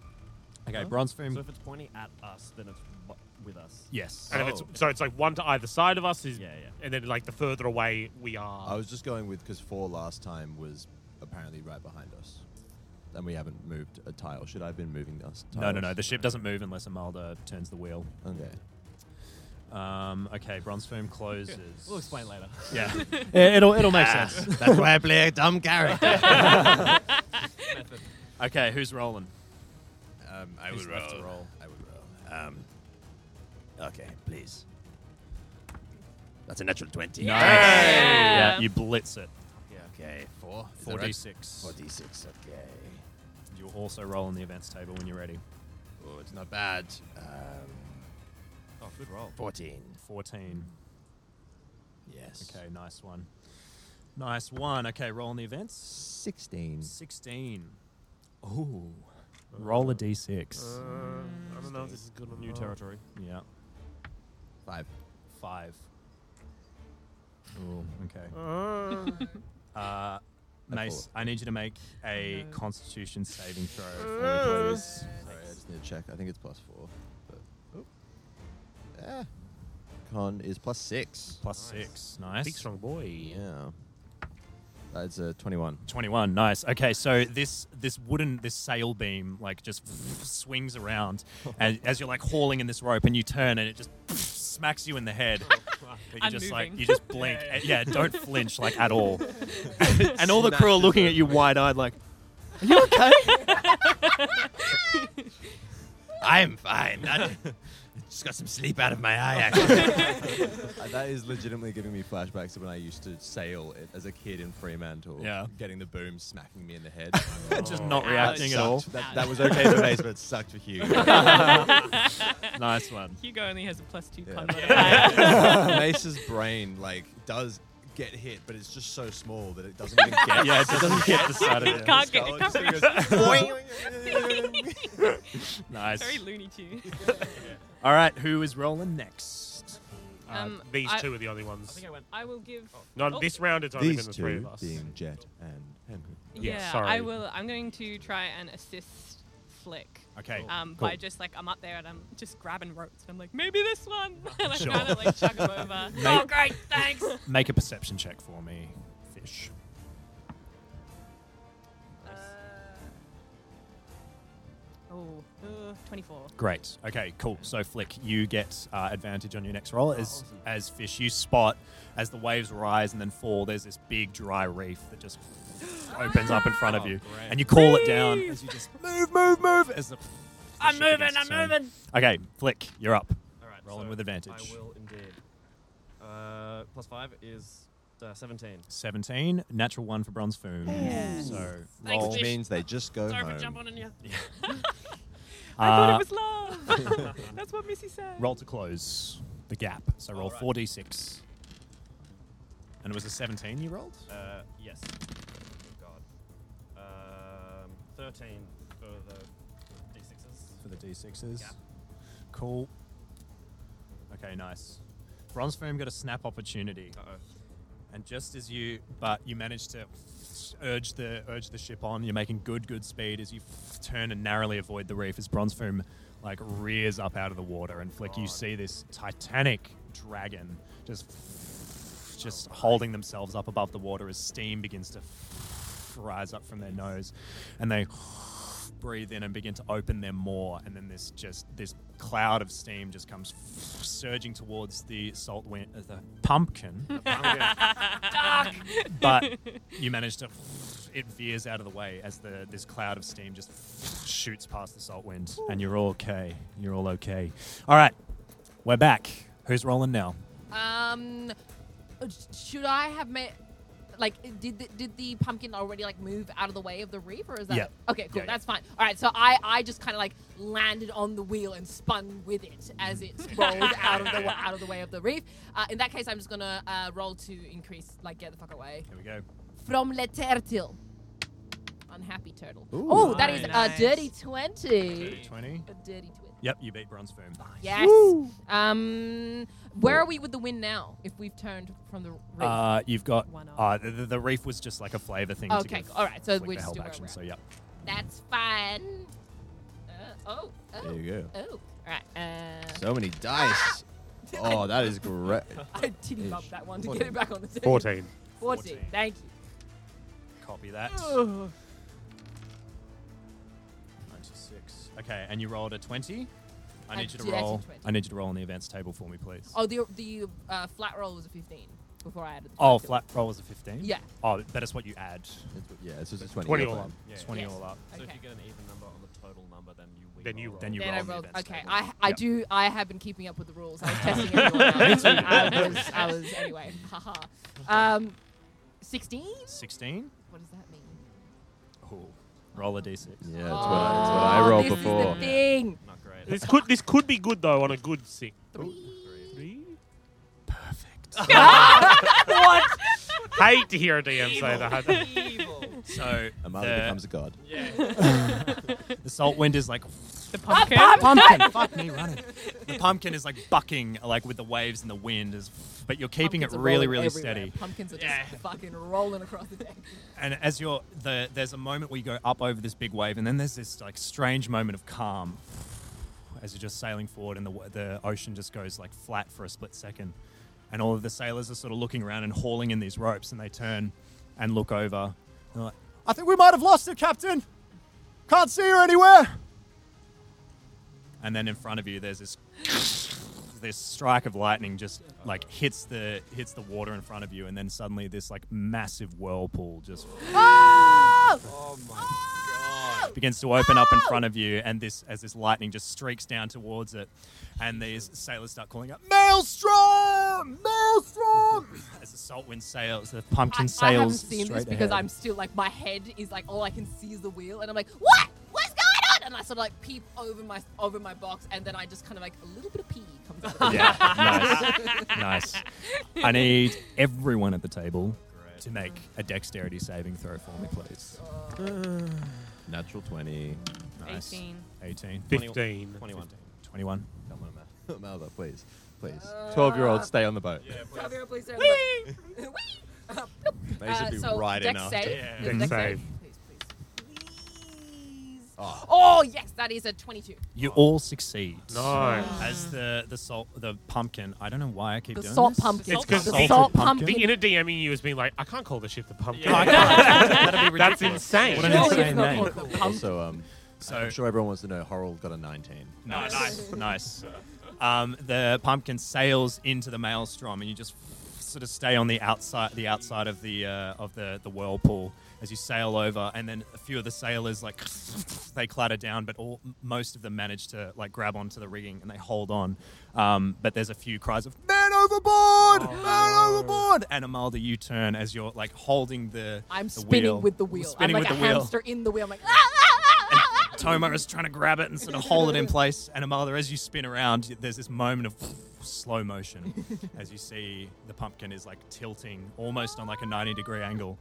Speaker 1: Okay, bronze
Speaker 8: So
Speaker 1: foam.
Speaker 8: if it's pointing at us, then it's bu- with us. Oh.
Speaker 1: Yes.
Speaker 4: And if it's, so it's like one to either side of us is,
Speaker 8: Yeah, yeah.
Speaker 4: and then like the further away we are.
Speaker 2: I was just going with because four last time was apparently right behind us, and we haven't moved a tile. Should I have been moving us? Tiles?
Speaker 1: No, no, no. The ship doesn't move unless Imelda turns the wheel.
Speaker 2: Okay.
Speaker 1: Um, okay, Bronze Firm closes.
Speaker 5: We'll explain later.
Speaker 1: Yeah. Yeah, it'll, it'll make
Speaker 5: Ah,
Speaker 1: sense.
Speaker 5: that's why I play a dumb character. Method.
Speaker 1: okay, who's rolling?
Speaker 6: Um, I
Speaker 1: Who's
Speaker 6: would
Speaker 1: left
Speaker 6: roll.
Speaker 1: to roll?
Speaker 6: I would roll. Um, okay, please. That's a natural 20.
Speaker 1: Nice. Yeah. Yeah, you blitz it.
Speaker 6: Yeah, okay, four. Is that right?
Speaker 1: 4d6.
Speaker 6: 4d6, okay.
Speaker 1: You'll also roll on the events table when you're ready.
Speaker 6: Oh, it's not bad. Um,
Speaker 2: oh, good roll.
Speaker 6: 14.
Speaker 1: 14.
Speaker 6: Yes.
Speaker 1: Okay, nice one. Nice one. Okay, roll on the events.
Speaker 2: 16.
Speaker 1: 16. Ooh. Roll a d6.
Speaker 4: Uh, I don't know if this is good or
Speaker 8: New
Speaker 4: not.
Speaker 8: territory.
Speaker 1: yeah.
Speaker 2: Five.
Speaker 1: Five. Ooh, okay.
Speaker 4: Uh,
Speaker 1: Uh, Mace, I need you to make a constitution saving throw for me,
Speaker 4: Uh.
Speaker 1: please.
Speaker 2: Sorry, I just need to check. I think it's plus four. But, oh. Ah. Con is plus six.
Speaker 1: Plus six. Nice.
Speaker 4: Big strong boy.
Speaker 2: Yeah. That's a 21.
Speaker 1: 21 nice okay so this this wooden this sail beam like just swings around and as you're like hauling in this rope and you turn and it just smacks you in the head but you
Speaker 9: Oh, I'm
Speaker 1: just like
Speaker 9: moving.
Speaker 1: you just blink yeah,
Speaker 9: Yeah,
Speaker 1: don't flinch like at all and all the crew are looking at you wide-eyed like
Speaker 19: Are you okay?
Speaker 6: I'm fine. I just got some sleep out of my eye, actually.
Speaker 2: Uh, that is legitimately giving me flashbacks of when I used to sail it as a kid in Fremantle.
Speaker 1: Yeah.
Speaker 2: Getting the boom smacking me in the head.
Speaker 1: Just not
Speaker 2: That
Speaker 1: reacting at
Speaker 2: sucked.
Speaker 1: all.
Speaker 2: That, that was okay for Mace, but it sucked for Hugh.
Speaker 1: nice one
Speaker 9: Hugo only has a plus two
Speaker 2: Yeah.
Speaker 9: con modifier.
Speaker 2: Mace's brain like does get hit, but it's just so small that it doesn't even get.
Speaker 1: Yeah, it doesn't get the side of
Speaker 9: It can't get the coverage.
Speaker 1: nice
Speaker 9: Very Looney Tunes.
Speaker 1: all right who is rolling next Uh,
Speaker 9: Um,
Speaker 4: these
Speaker 9: I-
Speaker 4: two are the only ones.
Speaker 9: I, will give.
Speaker 4: Not
Speaker 9: oh,
Speaker 4: this round. It's only
Speaker 2: These
Speaker 4: been the three
Speaker 2: two
Speaker 4: of us.
Speaker 2: being Jet and Henry.
Speaker 4: Yeah,
Speaker 9: Yeah,
Speaker 4: sorry.
Speaker 9: I will. I'm going to try and assist Flick.
Speaker 1: Okay,
Speaker 9: Um,
Speaker 1: cool.
Speaker 9: by just like I'm up there and I'm just grabbing ropes and I'm like maybe this one and I'm
Speaker 1: Sure.
Speaker 9: trying to like chuck him over.
Speaker 1: Ma-
Speaker 9: oh great, thanks. Uh,
Speaker 1: make a perception check for me fish
Speaker 9: oh, uh, 24.
Speaker 1: Great. Okay, cool. So, Flick, you get uh, advantage on your next
Speaker 9: Oh,
Speaker 1: roll. As, as Fish, you spot as the waves rise and then fall, there's this big dry reef that just opens up in front of you.
Speaker 5: great.
Speaker 1: And you call it down
Speaker 9: Oh, Reef!
Speaker 1: as you just move, move, move. As the, the
Speaker 9: I'm
Speaker 1: ship
Speaker 9: moving.
Speaker 1: begins
Speaker 9: I'm
Speaker 1: to turn.
Speaker 9: moving.
Speaker 1: Okay, Flick, you're up.
Speaker 8: All right.
Speaker 1: Rolling
Speaker 8: so
Speaker 1: with advantage.
Speaker 8: I will indeed. Uh, plus five is uh, 17.
Speaker 1: 17, natural one for Bronze Foom. So,
Speaker 9: Thanks,
Speaker 1: roll.
Speaker 9: Fish.
Speaker 2: means they just go
Speaker 9: Sorry
Speaker 2: home.
Speaker 9: for jumping in you. I
Speaker 1: Uh,
Speaker 9: thought it was love. That's what Missy said.
Speaker 1: roll to close the gap. So, roll 4d6. And it was a 17 you rolled?
Speaker 8: Uh, yes. Oh, God. Um, 13 for the
Speaker 1: for
Speaker 8: d6s.
Speaker 1: the d6s. Cool. Okay, nice. Bronze Foam got a snap opportunity,
Speaker 8: Uh-oh.
Speaker 1: and just as you, but you manage to urge the urge the ship on. You're making good good speed as you turn and narrowly avoid the reef as Bronze Foam like rears up out of the water, and Flick, you see this titanic dragon just just holding themselves up above the water as steam begins to rise up from their nose, and they breathe in and begin to open their maw and then this just this cloud of steam just comes surging towards the salt wind uh, the pumpkin
Speaker 9: Ah!
Speaker 1: but you manage to it veers out of the way as the this cloud of steam just shoots past the salt wind and you're all okay you're all okay all right we're back who's rolling now
Speaker 3: Um, uh, sh- should I have made? Like, i- did the, did the pumpkin already like move out of the way of the reef, or is that?
Speaker 1: Yeah.
Speaker 3: Okay, cool.
Speaker 1: Yeah, yeah.
Speaker 3: That's fine. All right, so I I just kind of like landed on the wheel and spun with it as it rolled out of the wa- out of the way of the reef. Uh, in that case, I'm just gonna uh, roll to increase, like, get the fuck away
Speaker 1: here we go
Speaker 3: from Le Turtle. Unhappy turtle.
Speaker 1: Ooh.
Speaker 3: Oh, that is a
Speaker 9: Nice.
Speaker 3: dirty twenty.
Speaker 1: 20
Speaker 3: A dirty twenty.
Speaker 1: yep you beat bronze foam
Speaker 3: Yes. Um, where are we with the wind now? If we've turned from the reef?
Speaker 1: uh, you've got
Speaker 9: One off.
Speaker 1: uh, the, the the reef was just like a flavor thing to
Speaker 3: Okay,
Speaker 1: give
Speaker 3: cool. All right, so
Speaker 1: Flick
Speaker 3: we're
Speaker 1: the
Speaker 3: just
Speaker 1: help
Speaker 3: doing where
Speaker 1: action
Speaker 3: we're
Speaker 1: so
Speaker 3: at.
Speaker 1: yep
Speaker 3: That's fine. Uh, oh, oh,
Speaker 2: There you go.
Speaker 3: oh. All Right. Uh,
Speaker 2: So many dice. Oh, that is great.
Speaker 3: I titty bumped that one to get it back on the table.
Speaker 4: 14.
Speaker 3: 14. Thank
Speaker 1: Copy that.
Speaker 3: you.
Speaker 1: 96. Okay, and you rolled a 20. I
Speaker 3: I
Speaker 1: need you to
Speaker 3: did, I did
Speaker 1: roll.
Speaker 3: 20.
Speaker 1: I need you to roll on the events table for me, please.
Speaker 3: Oh, the the uh, flat roll was a 15 before I added. The
Speaker 1: Oh,
Speaker 3: five to it.
Speaker 1: flat roll was a 15?
Speaker 3: Yeah.
Speaker 1: Oh, that is what you add.
Speaker 2: yeah, it's just a
Speaker 1: 20.
Speaker 2: 20 all up.
Speaker 1: Yeah, 20 all up.
Speaker 8: So if you get an even number on the total number, then you we
Speaker 4: Then you-
Speaker 8: roll
Speaker 1: then you
Speaker 3: Then
Speaker 1: roll
Speaker 3: I
Speaker 1: on the
Speaker 3: rolled.
Speaker 1: events
Speaker 3: Okay,
Speaker 1: table.
Speaker 3: I I
Speaker 1: Yep.
Speaker 3: do. I have been keeping up with the rules. I was testing everyone. Out. I was. I was anyway. Haha. Um, 16.
Speaker 1: 16.
Speaker 3: What does that mean?
Speaker 1: Oh, roll a d6.
Speaker 2: Yeah, that's what I, that's what I rolled
Speaker 3: Oh, this
Speaker 2: before.
Speaker 3: Is the thing.
Speaker 8: Not great.
Speaker 4: This could this could be good though on a good six.
Speaker 3: what?
Speaker 4: Hate to hear a DM say that.
Speaker 1: So
Speaker 2: Amala
Speaker 1: the-
Speaker 2: becomes a god.
Speaker 1: the salt wind is like Ah,
Speaker 9: The pumpkin.
Speaker 1: pumpkin. Fuck me, running. The pumpkin is like bucking, like with the waves and the wind. Is but you're keeping
Speaker 3: Pumpkins
Speaker 1: it
Speaker 3: are
Speaker 1: really,
Speaker 3: rolling
Speaker 1: really
Speaker 3: everywhere.
Speaker 1: steady.
Speaker 3: Pumpkins are just fucking rolling across the deck.
Speaker 1: And as you're the, there's a moment where you go up over this big wave, and then there's this like strange moment of calm as you're just sailing forward, and the wa- the ocean just goes like flat for a split second, and all of the sailors are sort of looking around and hauling in these ropes, and they turn and look over. and they're like, I think we might have lost it, Captain. Can't see her anywhere. and then in front of you there's this this strike of lightning just like hits the hits the water in front of you and then suddenly this like massive whirlpool just begins to open up in front of you and this as this lightning just streaks down towards it and these sailors start calling out maelstrom maelstrom as the salt wind sails the pumpkin
Speaker 3: I, I
Speaker 1: sails
Speaker 3: haven't seen
Speaker 1: straight
Speaker 3: this because
Speaker 1: ahead.
Speaker 3: I'm still like my head is like all I can see is the wheel, and I'm like, what? What's going on? And I sort of like peep over my over my box, and then I just kind of like a little bit of pee comes out. Of
Speaker 1: Yeah, nice. Nice. I need everyone at the table to make a dexterity saving throw for me, please.
Speaker 2: Natural 20.
Speaker 9: 18.
Speaker 1: 18.
Speaker 4: 15.
Speaker 1: 21. 21.
Speaker 2: Amala, please. Please. 12 year old, stay on the boat.
Speaker 3: Gabriel, please don't- Whee! Uh,
Speaker 2: They should be
Speaker 3: so
Speaker 2: right
Speaker 3: dex
Speaker 2: in after.
Speaker 3: save.
Speaker 2: Yeah.
Speaker 4: Dex
Speaker 3: Please, dex
Speaker 4: save.
Speaker 3: Please, please, please.
Speaker 2: Oh.
Speaker 3: Oh yes, that is a 22.
Speaker 1: You all succeed.
Speaker 4: Nice.
Speaker 1: As the the salt the pumpkin. I don't know why I keep
Speaker 3: The
Speaker 1: doing
Speaker 3: salt
Speaker 1: this.
Speaker 3: pumpkin.
Speaker 4: It's 'cause
Speaker 3: the
Speaker 4: salted
Speaker 3: salt, pumpkin.
Speaker 4: The inner DM in you has been like, I can't call the ship the pumpkin.
Speaker 1: Oh, I can't. That'd be
Speaker 4: That's
Speaker 1: ridiculous.
Speaker 4: insane.
Speaker 1: What an
Speaker 3: No, it's
Speaker 1: insane
Speaker 3: not
Speaker 1: name.
Speaker 3: called the pumpkin.
Speaker 2: Also, um, I'm sure everyone wants to know Harold got a 19.
Speaker 1: No, nice, nice. Um, the pumpkin sails into the maelstrom, and you just sort of stay on the outside, the outside of the uh, of the, the whirlpool as you sail over. And then a few of the sailors like they clatter down, but all most of them manage to like grab onto the rigging and they hold on. Um, but there's a few cries of "Man overboard! Man overboard!" And Amalda, you turn as you're like holding the
Speaker 3: I'm
Speaker 1: the
Speaker 3: spinning
Speaker 1: wheel.
Speaker 3: with the wheel.
Speaker 1: Spinning
Speaker 3: I'm like
Speaker 1: with
Speaker 3: a
Speaker 1: the wheel.
Speaker 3: hamster in the wheel. I'm like, "Ah, ah, ah, ah, ah."
Speaker 1: Toma is trying to grab it and sort of hold it in place. And Amala, as you spin around, there's this moment of slow motion as you see the pumpkin is like tilting almost on like a 90 degree angle.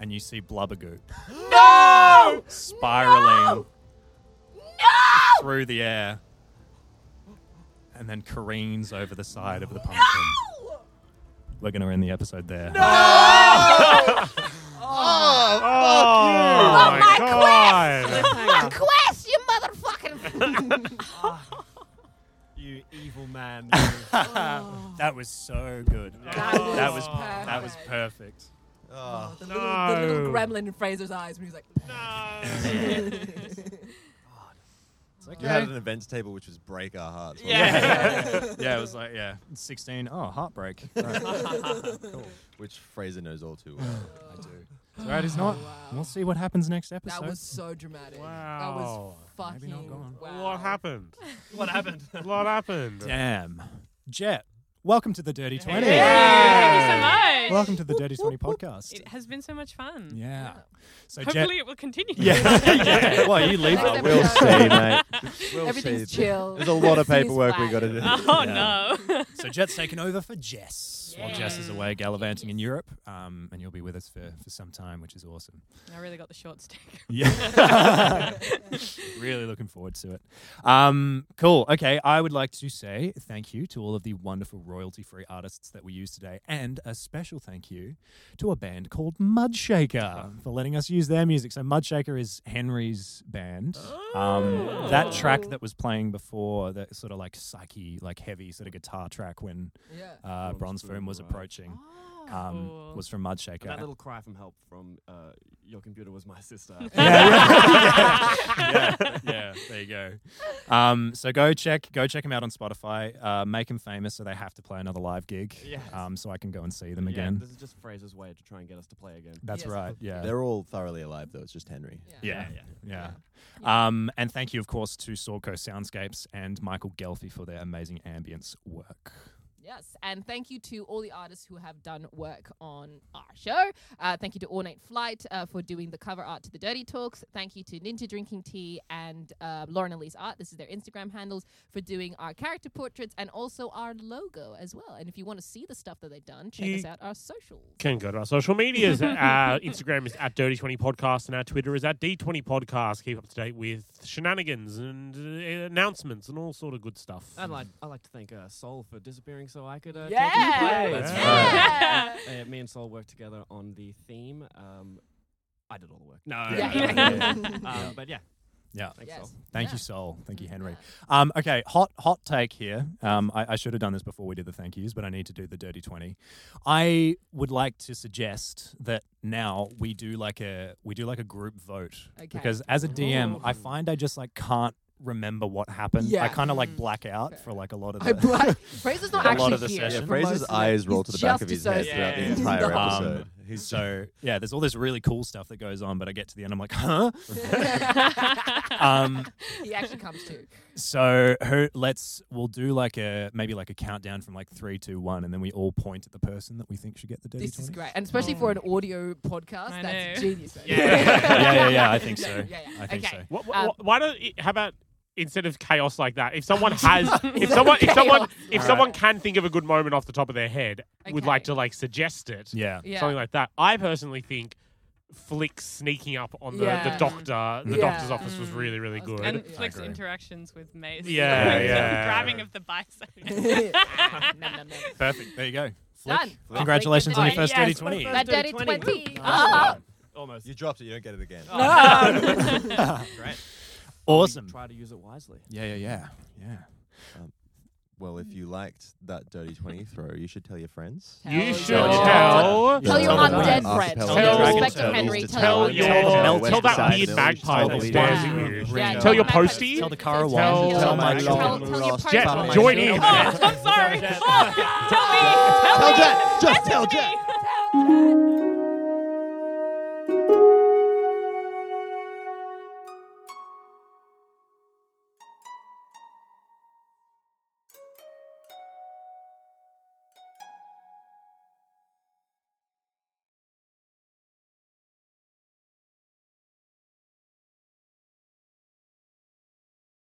Speaker 1: And you see Blubbergoot
Speaker 3: no!
Speaker 1: spiraling
Speaker 3: No!
Speaker 1: through the air and then careens over the side of the pumpkin. We're going to end the episode there.
Speaker 4: Oh, my,
Speaker 7: my
Speaker 4: god.
Speaker 7: My quest, you motherfucking.
Speaker 14: You evil man.
Speaker 1: That was so good.
Speaker 3: That was
Speaker 1: that was, that was
Speaker 3: perfect.
Speaker 1: perfect.
Speaker 2: Oh,
Speaker 3: The little, the little
Speaker 4: No.
Speaker 3: gremlin in Fraser's eyes when he's like,
Speaker 2: You had an events table which was break our hearts. wasn't it?
Speaker 1: Yeah. yeah, it was like, yeah. 16. Oh, heartbreak. Right.
Speaker 2: Which Fraser knows all too well.
Speaker 1: I do. It's alright, it's not. We'll see what happens next episode.
Speaker 15: That was so dramatic. That was
Speaker 4: Wow.
Speaker 15: fucking.
Speaker 1: Maybe not gone.
Speaker 15: wow.
Speaker 4: What happened? What happened? what happened?
Speaker 1: Damn. Jet, welcome to the Dirty 20.
Speaker 9: Thank you so much.
Speaker 1: Welcome to the Dirty 20 podcast.
Speaker 9: It has been so much fun.
Speaker 1: Yeah. So, Jet.
Speaker 9: Hopefully, it will continue.
Speaker 1: Yeah. yeah. Well, you leave
Speaker 3: Next
Speaker 1: it.
Speaker 2: We'll
Speaker 3: episode.
Speaker 2: see, mate. We'll
Speaker 3: everything's
Speaker 2: see.
Speaker 3: chill.
Speaker 2: There's a lot of
Speaker 3: Everything's
Speaker 2: paperwork we
Speaker 3: fine.
Speaker 2: got to do.
Speaker 9: Oh no.
Speaker 1: So, Jet's taken over for Jess. While Jess is
Speaker 9: Yeah.
Speaker 1: away gallivanting in Europe, um, and you'll be with us for, for some time, which is awesome.
Speaker 9: I really got the short stick.
Speaker 1: Yeah. really looking forward to it. Um, cool. Okay. I would like to say thank you to all of the wonderful royalty free artists that we used today and a special. special thank you to a band called Mudshaker for letting us use their music. So Mudshaker is Henry's band. Um, that track that was playing before, that sort of like psyche, like heavy sort of guitar track when
Speaker 8: Yeah.
Speaker 1: uh, Bronze Foom was approaching, um, was from Mudshaker.
Speaker 8: And that little cry from help from uh, your computer was my sister.
Speaker 1: yeah, yeah, yeah, yeah. There you go. Um, so go check, go check them out on Spotify. Uh, make them famous, so they have to play another live gig.
Speaker 8: Yes.
Speaker 1: Um, so I can go and see them
Speaker 8: Yeah,
Speaker 1: again.
Speaker 8: this is just Fraser's way to try and get us to play again.
Speaker 1: That's right. Yeah.
Speaker 2: They're all thoroughly alive, though. It's just Henry.
Speaker 1: Yeah.
Speaker 8: Yeah,
Speaker 1: Yeah. Um, and thank you, of course, to Sorco Soundscapes and Michael Gelfi for their amazing ambience work.
Speaker 3: Yes, and thank you to all the artists who have done work on our show. Uh, thank you to Ornate Flight uh, for doing the cover art to the Dirty Talks. Thank you to Ninja Drinking Tea and uh, Lauren Elise Art. This is their Instagram handles for doing our character portraits and also our logo as well. And if you want to see the stuff that they've done, check
Speaker 4: Ye-
Speaker 3: us out our socials.
Speaker 4: Can go to our social medias. our Instagram is at Dirty20 Podcast and our Twitter is at D20 Podcast. Keep up to date with shenanigans and uh, announcements and all sort of good stuff.
Speaker 8: I'd like, I'd like to thank uh, Sol for disappearing so I could. Uh,
Speaker 3: Yeah!
Speaker 8: take his place.
Speaker 4: That's Yeah!
Speaker 8: Uh, uh, me and Sol worked together on the theme. Um, I did all the work. No.
Speaker 4: Yeah.
Speaker 8: um, but yeah.
Speaker 1: Yeah.
Speaker 8: Thanks, Sol.
Speaker 1: Thank you, Sol. Thank
Speaker 3: Mm.
Speaker 1: you, Henry. Um, okay, hot hot take here. Um, I, I should have done this before we did the thank yous, but I need to do the dirty twenty. I would like to suggest that now we do like a we do like a group vote
Speaker 20: Okay.
Speaker 1: because as a DM, I find I just like can't remember what happened. I
Speaker 20: Yeah.
Speaker 1: kind of
Speaker 3: Mm.
Speaker 1: like black out for like a lot of the
Speaker 20: I black-
Speaker 3: Fraser's not
Speaker 1: a lot
Speaker 3: actually
Speaker 1: of the
Speaker 3: here
Speaker 1: session.
Speaker 3: for Fraser's most of it. eyes roll to He's the back of just his head throughout the associated.
Speaker 1: Um,
Speaker 3: entire
Speaker 2: episode.
Speaker 1: he's so yeah. There's all this really cool stuff that goes on, but I get to the end, I'm like, huh. um,
Speaker 3: he actually comes too.
Speaker 1: so who, let's we'll do like a maybe like a countdown from like three, two, one, and then we all point at the person that we think should get the dirty
Speaker 3: This is
Speaker 1: 20.
Speaker 3: great, and especially for an audio podcast,
Speaker 9: I
Speaker 3: that's
Speaker 9: know.
Speaker 3: genius.
Speaker 1: Yeah. Yeah, yeah, yeah, I think so.
Speaker 3: Yeah, yeah.
Speaker 1: I think
Speaker 3: okay.
Speaker 1: so.
Speaker 4: Wh- wh-
Speaker 3: Um,
Speaker 4: wh- why don't you, how about instead of chaos like that? If someone has, if someone, if someone,
Speaker 3: Chaos.
Speaker 4: if
Speaker 1: Alright.
Speaker 4: someone can think of a good moment off the top of their head, would like to like suggest it.
Speaker 1: Yeah.
Speaker 3: Yeah.
Speaker 4: something like that. I personally think. Flick sneaking up on the,
Speaker 3: Yeah.
Speaker 4: the doctor, the
Speaker 3: Yeah. Mm.
Speaker 4: doctor's office was really, really good.
Speaker 9: And Flick's interactions with Maze.
Speaker 4: Yeah,
Speaker 9: Like,
Speaker 4: yeah.
Speaker 9: Grabbing of the bison.
Speaker 1: Perfect. There you go. Flick.
Speaker 3: Done.
Speaker 1: Flick. Congratulations on your
Speaker 3: Oh,
Speaker 1: first
Speaker 3: yes,
Speaker 1: dirty
Speaker 3: my
Speaker 1: 20.
Speaker 3: first That dirty 20.
Speaker 2: Ah!
Speaker 8: Oh. Almost.
Speaker 2: You dropped it. You don't get it again.
Speaker 8: Oh. Great.
Speaker 1: Awesome.
Speaker 8: Try to use it wisely.
Speaker 1: Yeah, yeah, yeah, yeah.
Speaker 2: Um, Well, if you liked that dirty twenty throw, you should tell your friends.
Speaker 4: You Tell should your- tell-
Speaker 3: Tell your
Speaker 2: them.
Speaker 3: undead
Speaker 2: Ask
Speaker 3: friends.
Speaker 2: Helen
Speaker 4: Tell, your
Speaker 2: Dragon Turtles
Speaker 3: Respected Henry,
Speaker 2: to
Speaker 3: tell
Speaker 4: tell
Speaker 3: your-
Speaker 4: your
Speaker 2: Tell
Speaker 4: tell that
Speaker 2: Westside
Speaker 4: weird
Speaker 2: Village,
Speaker 4: magpie
Speaker 2: tell
Speaker 4: that's
Speaker 2: the
Speaker 4: dancing
Speaker 2: leader.
Speaker 4: you.
Speaker 3: Yeah,
Speaker 4: Tell your
Speaker 3: tell my-
Speaker 4: postie.
Speaker 1: Tell the Karawan.
Speaker 4: Tell-
Speaker 1: Tell,
Speaker 4: tell
Speaker 1: my
Speaker 4: my
Speaker 1: lord.
Speaker 3: Tell- tell your
Speaker 4: Jet,
Speaker 3: profile.
Speaker 4: join in.
Speaker 9: I'm sorry. Oh, tell me.
Speaker 2: Tell Jack. Just tell Jack.
Speaker 9: Tell me.